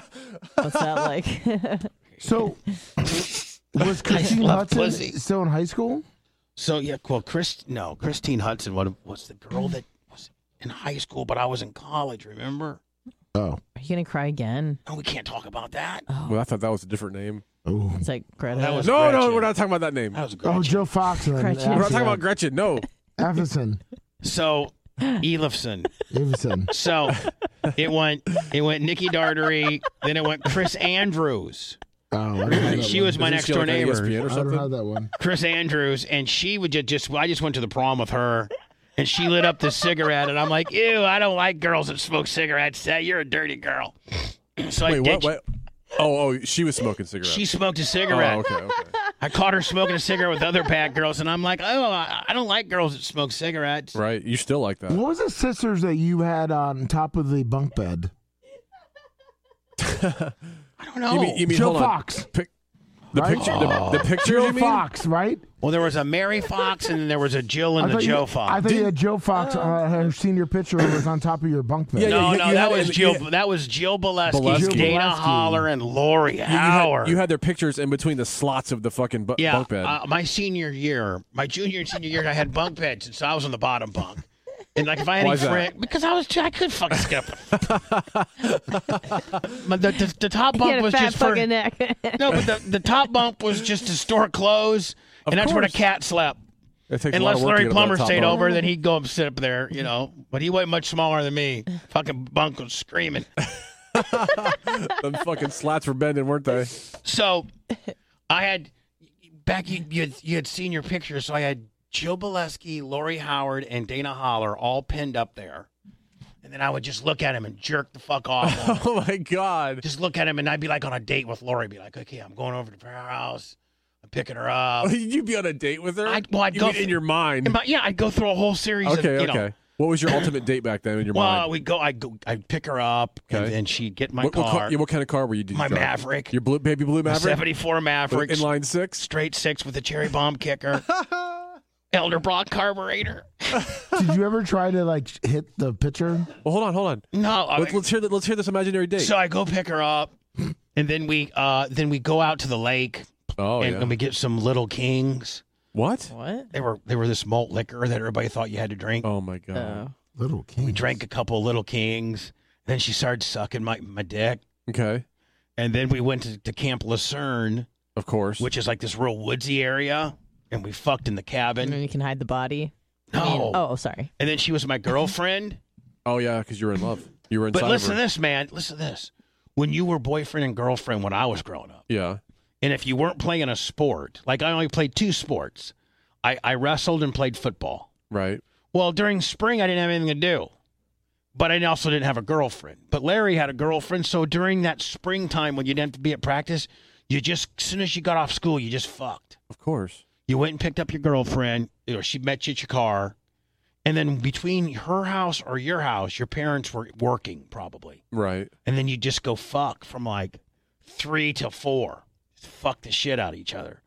D: (laughs)
C: that
A: (laughs)
C: like?
B: So (laughs) was
A: I
B: Christine
A: love
B: Hudson
A: pussy.
B: still in high school?
A: So yeah, well, Chris, no, Christine Hudson was was the girl that was in high school, but I was in college. Remember?
B: Oh.
C: Are you gonna cry again?
A: Oh, we can't talk about that.
D: Well, I thought that was a different name.
B: Oh.
C: Oh. It's like Greta. (laughs)
D: That
A: was
D: no, no,
A: Gretchen.
D: we're not talking about that name.
A: That was
B: Oh, Joe Fox. and
D: We're not talking about
B: Atherton.
D: Gretchen. No.
B: Atherton. (laughs)
A: So Elifson.
B: Davidson.
A: So it went it went Nikki Dartery, then it went Chris Andrews.
B: Oh,
A: she was my next door
D: E
A: neighbor.
B: I don't have that one.
A: Chris Andrews, and she would just, just I just went to the prom with her, and she lit up the cigarette, and I'm like, ew, I don't like girls that smoke cigarettes. That you're a dirty girl. (clears throat) So I
D: Wait, what?
A: ditched-
D: what? Oh, oh, she was smoking cigarettes.
A: She smoked a cigarette.
D: Oh, okay, okay.
A: I caught her smoking a cigarette with other bad girls, and I'm like, oh, I, I don't like girls that smoke cigarettes.
D: Right. You still like that.
B: What was the sisters that you had on top of the bunk bed?
A: I don't know.
D: You mean, you mean
B: Joe
D: hold on.
B: Fox.
D: Pic- the
B: Right?
D: picture, the, the picture
B: Joe
D: you mean?
B: Fox, right?
A: Well, there was a Mary Fox, and then there was a Jill
B: I
A: and the
B: thought you-
A: Joe Fox.
B: I thought you had Joe Fox. Uh, her senior picture was on top of your bunk bed.
D: Yeah, yeah,
A: no,
D: you-
A: no,
D: you
A: that
D: had
A: was
D: it-
A: Jill.
D: you-
A: that was Jill Bileski,
D: Bileski.
A: Dana
B: Bileski.
A: Holler, and Lori
D: You, you
A: Howard.
D: had, you had their pictures in between the slots of the fucking bu-
A: yeah,
D: bunk bed.
A: Uh, my
D: (laughs)
A: senior year, my junior and senior year, I had bunk beds, and so I was on the bottom bunk. And like if I had
D: Why
A: any
D: is that?
A: friend, because I was I could fucking skip.
D: (laughs)
A: but the, the, the top
C: He had
A: bunk
C: a
A: was
C: fat
A: just for
C: fucking neck. (laughs)
A: no, but the, the top bunk was just to store clothes,
D: Of
A: and that's where the
D: course.
A: cat slept.
D: It takes a lot
A: Unless
D: of work to
A: Larry
D: get up on
A: Plummer
D: top
A: stayed
D: of it.
A: over, then he'd go and sit up there, you know. But he wasn't much smaller than me. Fucking bunk was screaming.
D: Them fucking slats were bending, weren't they?
A: So (laughs) I had back you you had, you had seen your picture, so I had Jill Bileski, Lori Howard, and Dana Holler all pinned up there. And then I would just look at him and jerk the fuck
D: (laughs)
A: off.
D: Oh my god.
A: just look at him and I'd be like on a date with Lori, be like, Okay, I'm going over to her house, I'm picking her
D: (laughs)
A: up.
D: You'd be on a date with her?
A: I'd- well, I'd
D: you
A: go
D: mean
A: for-
D: in your mind.
A: And my- yeah, I'd go through a whole series
D: okay,
A: of you
D: okay.
A: know
D: What was your ultimate date back then in your
A: well,
D: mind?
A: we go. I go. I pick her up,
D: Okay.
A: and then she'd get my
D: what,
A: car,
D: What, car, yeah, what kind of car were you? did you
A: my
D: drive?
A: Maverick,
D: Your blue baby blue
A: my
D: Maverick.
A: '74 Maverick,
D: in line six.
A: straight six with a cherry
D: (laughs)
A: bomb kicker, Elder Brock carburetor.
B: Did you ever try to like hit the picture?
D: Well, hold on, hold on.
A: No, I
D: Let,
A: mean,
D: us hear that. Let's hear this imaginary date.
A: so I go pick her up, and then we uh then we go out to the lake,
D: oh
A: and,
D: yeah.
A: and we get some Little Kings.
D: what?
C: what?
A: They were they were this malt liquor that everybody thought you had to drink.
D: Oh my god.
C: Oh.
B: Little king.
A: We drank a couple of Little Kings, then she started sucking my my dick,
D: Okay.
A: and then we went to, to Camp Lucerne.
D: Of course.
A: which is like this real woodsy area, and we fucked in the
C: And then
A: cabin.
C: you can hide the body. I mean-
A: No,
C: oh, sorry.
A: and then she was my girlfriend.
D: Oh yeah, because you were in love. You were inside.
A: but
D: of
A: listen to
D: her.
A: this, man. Listen to this. When you were boyfriend and girlfriend when I was growing up,
D: Yeah.
A: and if you weren't playing a sport, like I only played two sports, I, I wrestled and played football.
D: Right.
A: Well, during spring I didn't have anything to do, but I also didn't have a girlfriend. But Larry had a girlfriend, so during that springtime when you didn't have to be at practice, you just as soon as you got off school, you just fucked.
D: Of course.
A: You went and picked up your girlfriend, or she met you at your car, and then between her house or your house, your parents were working probably,
D: Right.
A: and then you just go fuck from like three to four, Just fuck the shit out of each other,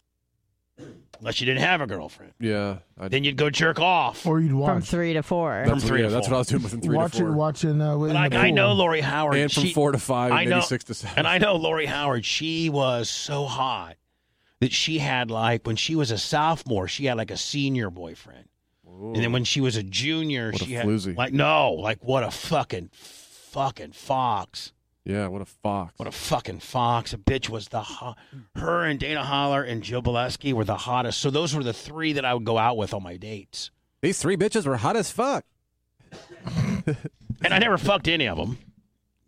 A: unless you didn't have a girlfriend.
D: Yeah. I,
A: Then you'd go jerk off.
B: Or you'd
C: From
B: watch.
C: three to four.
A: From
D: that's
A: three
D: what, yeah,
A: to
D: that's
A: four.
D: what I was doing from three to
B: watching,
D: four.
B: watching. Uh, in
A: But
B: the
A: like I
B: pool.
A: know Lori Howard,
D: and from
A: she-
D: four to five,
A: I know-
D: maybe six to seven.
A: and I know Lori Howard. She was so hot that she had like when she was a sophomore, she had like a senior boyfriend. And then when she was a junior,
D: What a
A: she had
D: floozy.
A: like no, like what a fucking fucking fox.
D: yeah, what a fox.
A: What a fucking fox. A bitch was the hot. Her and Dana Holler and Jill Bileski were the hottest. So those were the three that I would go out with on my dates.
D: These three bitches were hot as fuck.
A: And I never fucked any of them.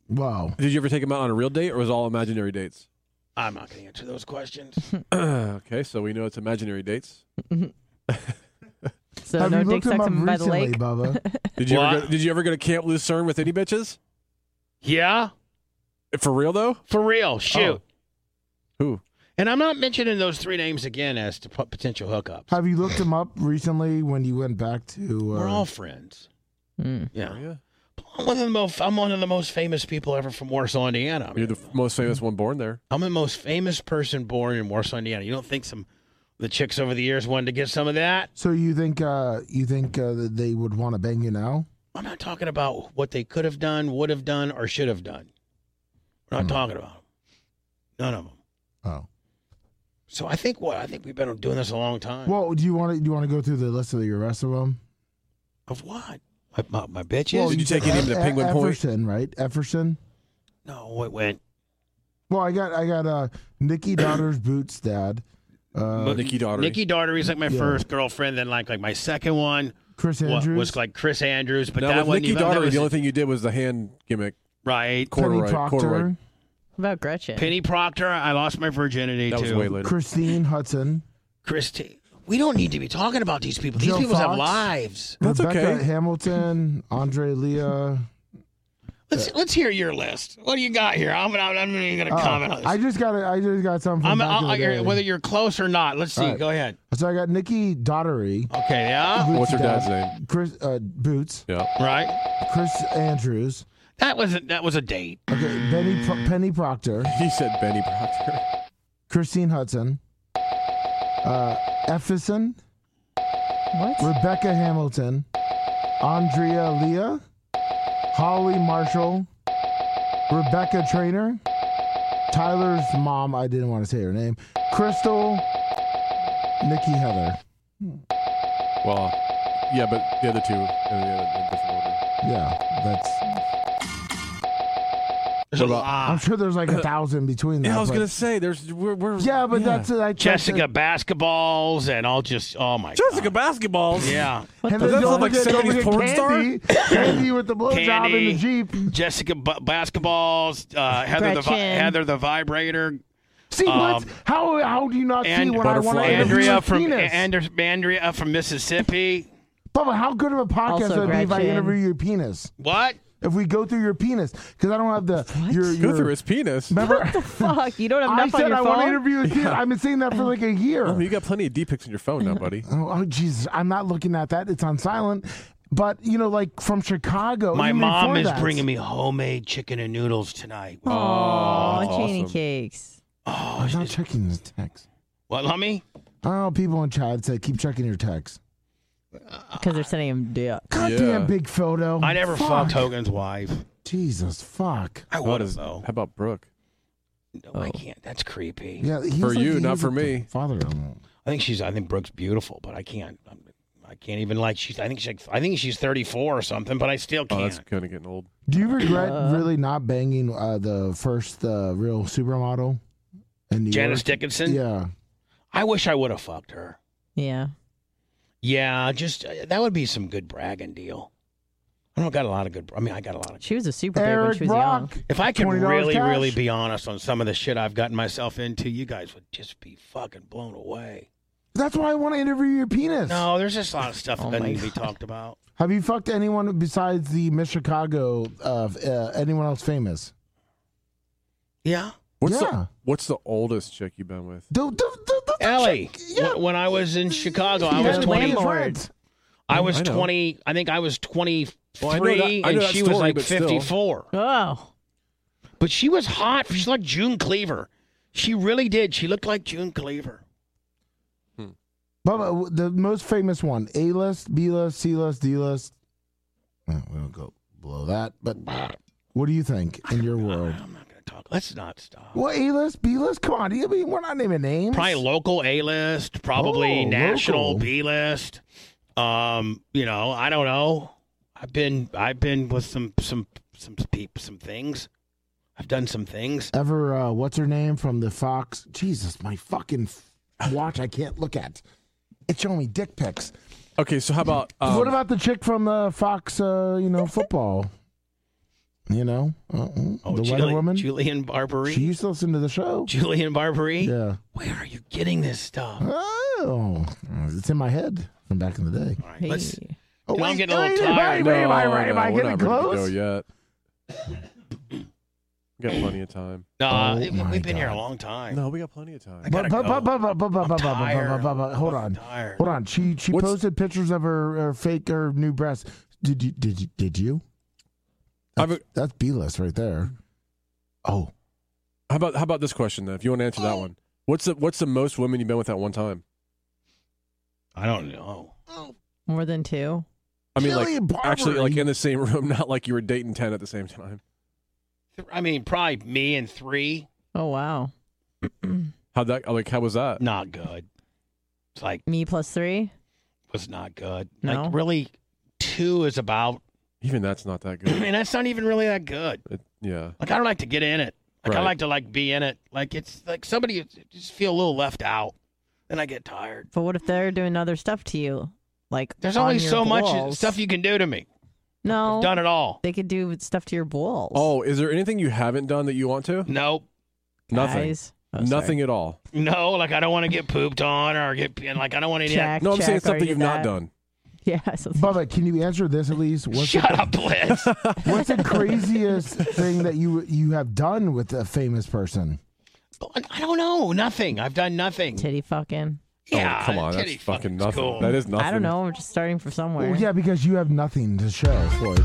B: Wow.
D: Did you ever take them out on a real date, or was it all imaginary dates?
A: I'm not going to answer those questions.
D: (clears throat) okay, so we know it's imaginary dates.
C: (laughs) So
B: Have
C: no
B: you
C: dick
B: looked him up
C: sucks him by the
B: recently,
C: lake.
B: Bubba?
C: (laughs)
D: Did you ever
A: What?
D: go, did you ever go to Camp Lucerne with any bitches?
A: Yeah,
D: For real though?
A: for real.
D: Oh.
A: Shoot.
D: Who?
A: And I'm not mentioning those three names again as to po- potential hookups.
B: Have you looked him up recently when you went back to? Uh,
A: We're all friends.
C: Mm.
A: Yeah.
D: Yeah.
A: I'm one of the most I'm one of the most famous people ever from Warsaw, Indiana. I
D: You're the most famous one born there.
A: am the most famous person born in Warsaw, Indiana. You don't think some The chicks over the years wanted to get some of that.
B: So you think uh, you think uh, that they would want to bang you now?
A: I'm not talking about what they could have done, would have done, or should have done. We're not
D: Mm-hmm.
A: talking about them. None of them.
B: Oh.
A: So I think what I think we've been doing this a long time.
B: Well, do you want to do you want to go through the list of the rest of them?
A: Of what? My, my, my bitches.
B: Well, said E- E- Efferson, right? Efferson.
A: No, it went.
B: Well, I got I got uh, Nikki Daughter's boots, Dad. Uh,
A: Nikki Daugherty is like my
B: Yeah.
A: first girlfriend. Then like like my second one.
B: Chris
A: wa-
B: Andrews?
A: was like Chris Andrews, but
D: Now,
A: that
D: with
A: wasn't
D: Nikki
A: even. that
D: Daugherty,
A: was-
D: the only thing you did was the hand gimmick.
A: Right.
D: Corduroy. Corduroy.
C: What about Gretchen?
A: Penny Proctor. I lost my virginity
D: That
A: too.
D: was way later.
B: Christine Hudson.
A: Christy. We don't need to be talking about these people. These
B: Joe
A: people have
B: Fox,
A: lives.
B: Rebecca Hamilton, Andre Leah.
A: Let's let's hear your list. What do you got here? I'm I'm, I'm not even gonna
B: Uh,
A: comment on this.
B: I just got a, I just got something. From
A: I'm,
B: back
A: I'll,
B: in the
A: I'll-
B: day.
A: whether you're close or not. Let's see.
B: All right.
A: Go ahead.
B: So I got Nikki Daugherty.
A: Okay. Yeah.
B: Boots' Chris uh, Boots.
D: Yeah.
A: Right.
B: Chris Andrews.
A: That wasn't. That was a date.
B: Okay. Benny Pro- Penny Proctor.
D: (laughs) He said Benny Proctor.
B: Christine Hudson. Uh, Effison.
C: What?
B: Rebecca Hamilton. Andrea Leah. Holly Marshall. Rebecca Trainer. Tyler's mom. I didn't want to say her name. Crystal. Nikki Heather.
D: Well, yeah, but the other two in, the- in different order.
B: Yeah, that's.
A: There's a lot.
B: I'm sure there's like
D: (laughs)
B: a thousand between them.
D: Yeah, I was
B: but-
D: gonna say there's we're, we're
B: Yeah, but that's it. I
A: Jessica basketballs and I'll just. Oh my.
D: Jessica basketballs.
A: Yeah.
B: And
D: Does
B: then
D: that
B: don't
D: look like
B: forget- don't
D: 70s
B: forget
D: porn star?
B: Candy, Candy with the blowjob in
A: Candy,
B: the Jeep.
A: Jessica b- basketballs. Uh, Heather the vi-
B: Gretchen.
A: Heather the vibrator.
B: See what?
A: um,
B: How how do you not see
A: and
B: when I want to
A: Andrea from
B: penis?
A: Ander- Andrea from Mississippi.
B: Bubba, how good of a podcast
A: Also
B: would it be if I
A: Gretchen.
B: interview your penis?
A: What?
B: If we go through your penis, because I don't have the your,
D: Go
B: your
D: through his penis.
B: Remember,
C: Fuck, you don't
B: (laughs)
C: have
B: I
C: enough on
B: said
C: your
B: I
C: phone.
B: want to interview
D: (laughs)
B: a kid. I've been saying that for like a year.
D: Oh, you got plenty of D pics in your phone now, buddy.
B: Oh, oh Jesus, I'm not looking at that. It's on silent. But you know, like from Chicago,
A: My
B: even
A: mom
B: before
A: is
B: that.
A: bringing me oh, homemade chicken and noodles tonight.
C: Oh, Janie
A: awesome.
C: cakes.
B: I'm not checking the text.
A: What, Lummy?
B: Oh, people in chat said keep chechking your text.
C: Because they're sending him dick.
B: Goddamn big photo.
A: I never
B: Fuck.
A: fucked Hogan's wife.
B: Jesus, fuck.
A: I
D: What
A: would
D: is?
A: have
D: How
A: though.
D: about Brooke? Oh.
A: No, I can't. That's creepy.
B: Yeah, he's
D: For
B: like-
D: you, not
B: he's
D: for
B: a
D: me.
B: Father.
A: I think she's. I think Brooke's beautiful, but I can't. I'm, I can't even like. She's. I think she's. I think she's 34 or something, but I still
D: Oh,
A: can't.
D: that's kind of getting old.
B: Do you regret really not banging uh, the first uh, real supermodel? In New
A: Janice
B: York?
A: Dickinson?
B: Yeah.
A: I wish I would have fucked her.
C: Yeah.
A: Yeah, just uh, that would be some good bragging deal. I don't got a lot of good. I mean, I got a lot of.
C: She was a super big when
B: Eric
C: she was
B: Brock.
C: young.
A: If I could
B: $20
A: really,
B: cash.
A: really be honest on some of the shit I've gotten myself into, you guys would just be fucking blown away.
B: That's why I want to interview your penis.
A: No, there's just a lot of stuff
C: Oh
A: that
C: my
A: needs to be
C: God.
D: (laughs)
A: talked about.
B: Have you fucked anyone besides the Miss Chicago of uh, anyone else famous?
A: Yeah,
D: What's
B: yeah.
D: the What's the oldest chick you've been with?
B: The, the, the, the,
A: Ellie. When, when I was in Chicago, I was
B: Yeah,
A: 20.
B: Landlord. Right.
A: I was
D: Mm, I know.
A: 20. I think I was 23,
D: Well, I know that- I know
A: and
D: that
A: she was
D: story,
A: like
D: but still.
A: 54.
C: Oh.
A: But she was hot. She's like June Cleaver. She really did. She looked like June Cleaver.
B: Bubba, the most famous one: A list, B list, C list, D list. Well, we don't go below that, but what do you think in your world?
A: Talk. Let's not stop.
B: Well, A list, B list. Come on, I mean, we're not naming names.
A: Probably local A list, probably
B: Oh,
A: national
B: local.
A: B list. Um, you know, I don't know. I've been I've been with some some some peep some things. I've done some things.
B: Ever, uh, what's her name from the Fox? Jesus, my fucking f- watch! I can't look at. It's showing me dick pics.
D: Okay, so how about um,
B: what about the chick from the Fox? Uh, you know, football. you know, uh,
A: Oh,
B: the
A: Julie-
B: weather woman.
A: Julian Barbary.
B: She used to listen to the show.
A: Julian Barbary.
B: Yeah.
A: Where are you getting this stuff?
B: Oh, it's in my head from back in the day.
A: All right, let's,
C: Hey.
B: Oh,
A: Now I'm
B: wait,
A: getting a little
B: wait,
A: tired.
B: Wait, wait, am I,
D: No,
B: right? am
D: no,
B: I
D: we're
B: getting
D: not ready to
B: close?
D: Go yet? We got plenty of time.
A: Nah,
B: Oh
A: it-
B: my
A: Uh, we've been here a
B: God.
A: long time.
D: No, we got plenty of time.
A: I gotta
B: Bu- bu-
A: go.
B: bu- bu- bu- bu- bu- bu- bu-
A: tired.
B: bu- bu- bu- Hold on,
A: tired.
B: hold on. She she
D: What's-
B: posted pictures of her, her fake her new breasts. Did you did you did you?
D: How about,
B: That's B list right there. Oh,
D: how about how about this question then? If you want to answer that one, what's the what's the most women you've been with at one time?
A: I don't know.
C: More than two.
D: I mean,
C: Kelly
D: like
C: Barbary.
D: actually, like in the same room, (laughs) not like you were dating ten at the same time.
A: I mean, probably me and three.
C: Oh wow.
D: How that? Like, how was that?
A: Not good. It's like
C: me plus three
A: was not good.
C: No?
A: Like really, two is about.
D: Even that's not
A: (clears throat)
D: that good.
A: and that's not even really that good.
D: Yeah.
A: Like I don't like to get in it. Like I
D: Right.
A: like to like be in it. Like it's like somebody just feel a little left out, and I get tired.
C: But what if they're doing other stuff to you? Like
A: There's
C: on
A: only
C: your
A: so much
C: balls?
A: stuff you can do to me.
C: No,
A: I've done it all.
C: They could do stuff to your balls.
D: Oh, is there anything you haven't done that you want to?
A: Nope.
D: Nothing.
C: Guys. Oh, sorry.
D: Nothing at all.
A: No, like I don't want to get pooped on or get and, like I don't want any.
D: Check, No, I'm saying check, something already you've not that. done.
A: (laughs)
C: Yeah.
B: Bubba, can you answer this at least? What's
A: Shut up, Blitz.
B: (laughs) What's the
A: (laughs)
B: craziest thing that you you have done with a famous person?
A: I don't know. Nothing. I've done nothing.
C: Titty fucking.
A: Yeah.
D: Oh, Come on, that's fucking nothing. That is nothing.
C: I don't know. We're just starting from somewhere.
B: Well, yeah, because you have nothing to show for it.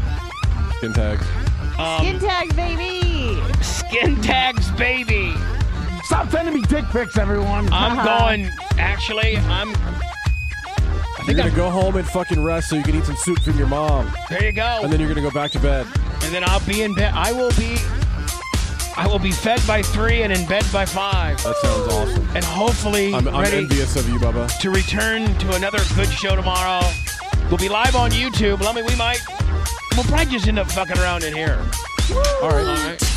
D: Skin tags.
C: Skin tag, baby.
A: Um, Skin tags, baby.
B: Stop sending me dick pics, everyone.
A: I'm going. Actually, I'm.
D: You're gonna go home and fucking rest so you can eat some soup from your mom,
A: There you go.
D: and then you're gonna go back to bed.
A: And then I'll be in bed. I will be. I will be fed by three and in bed by five.
D: That sounds awesome.
A: And hopefully
D: I'm, I'm
A: ready
D: envious of you, Bubba.
A: to return to another good show tomorrow. We'll be live on YouTube. I mean, we might. We'll probably just end up fucking around in here.
D: All right.
A: All right.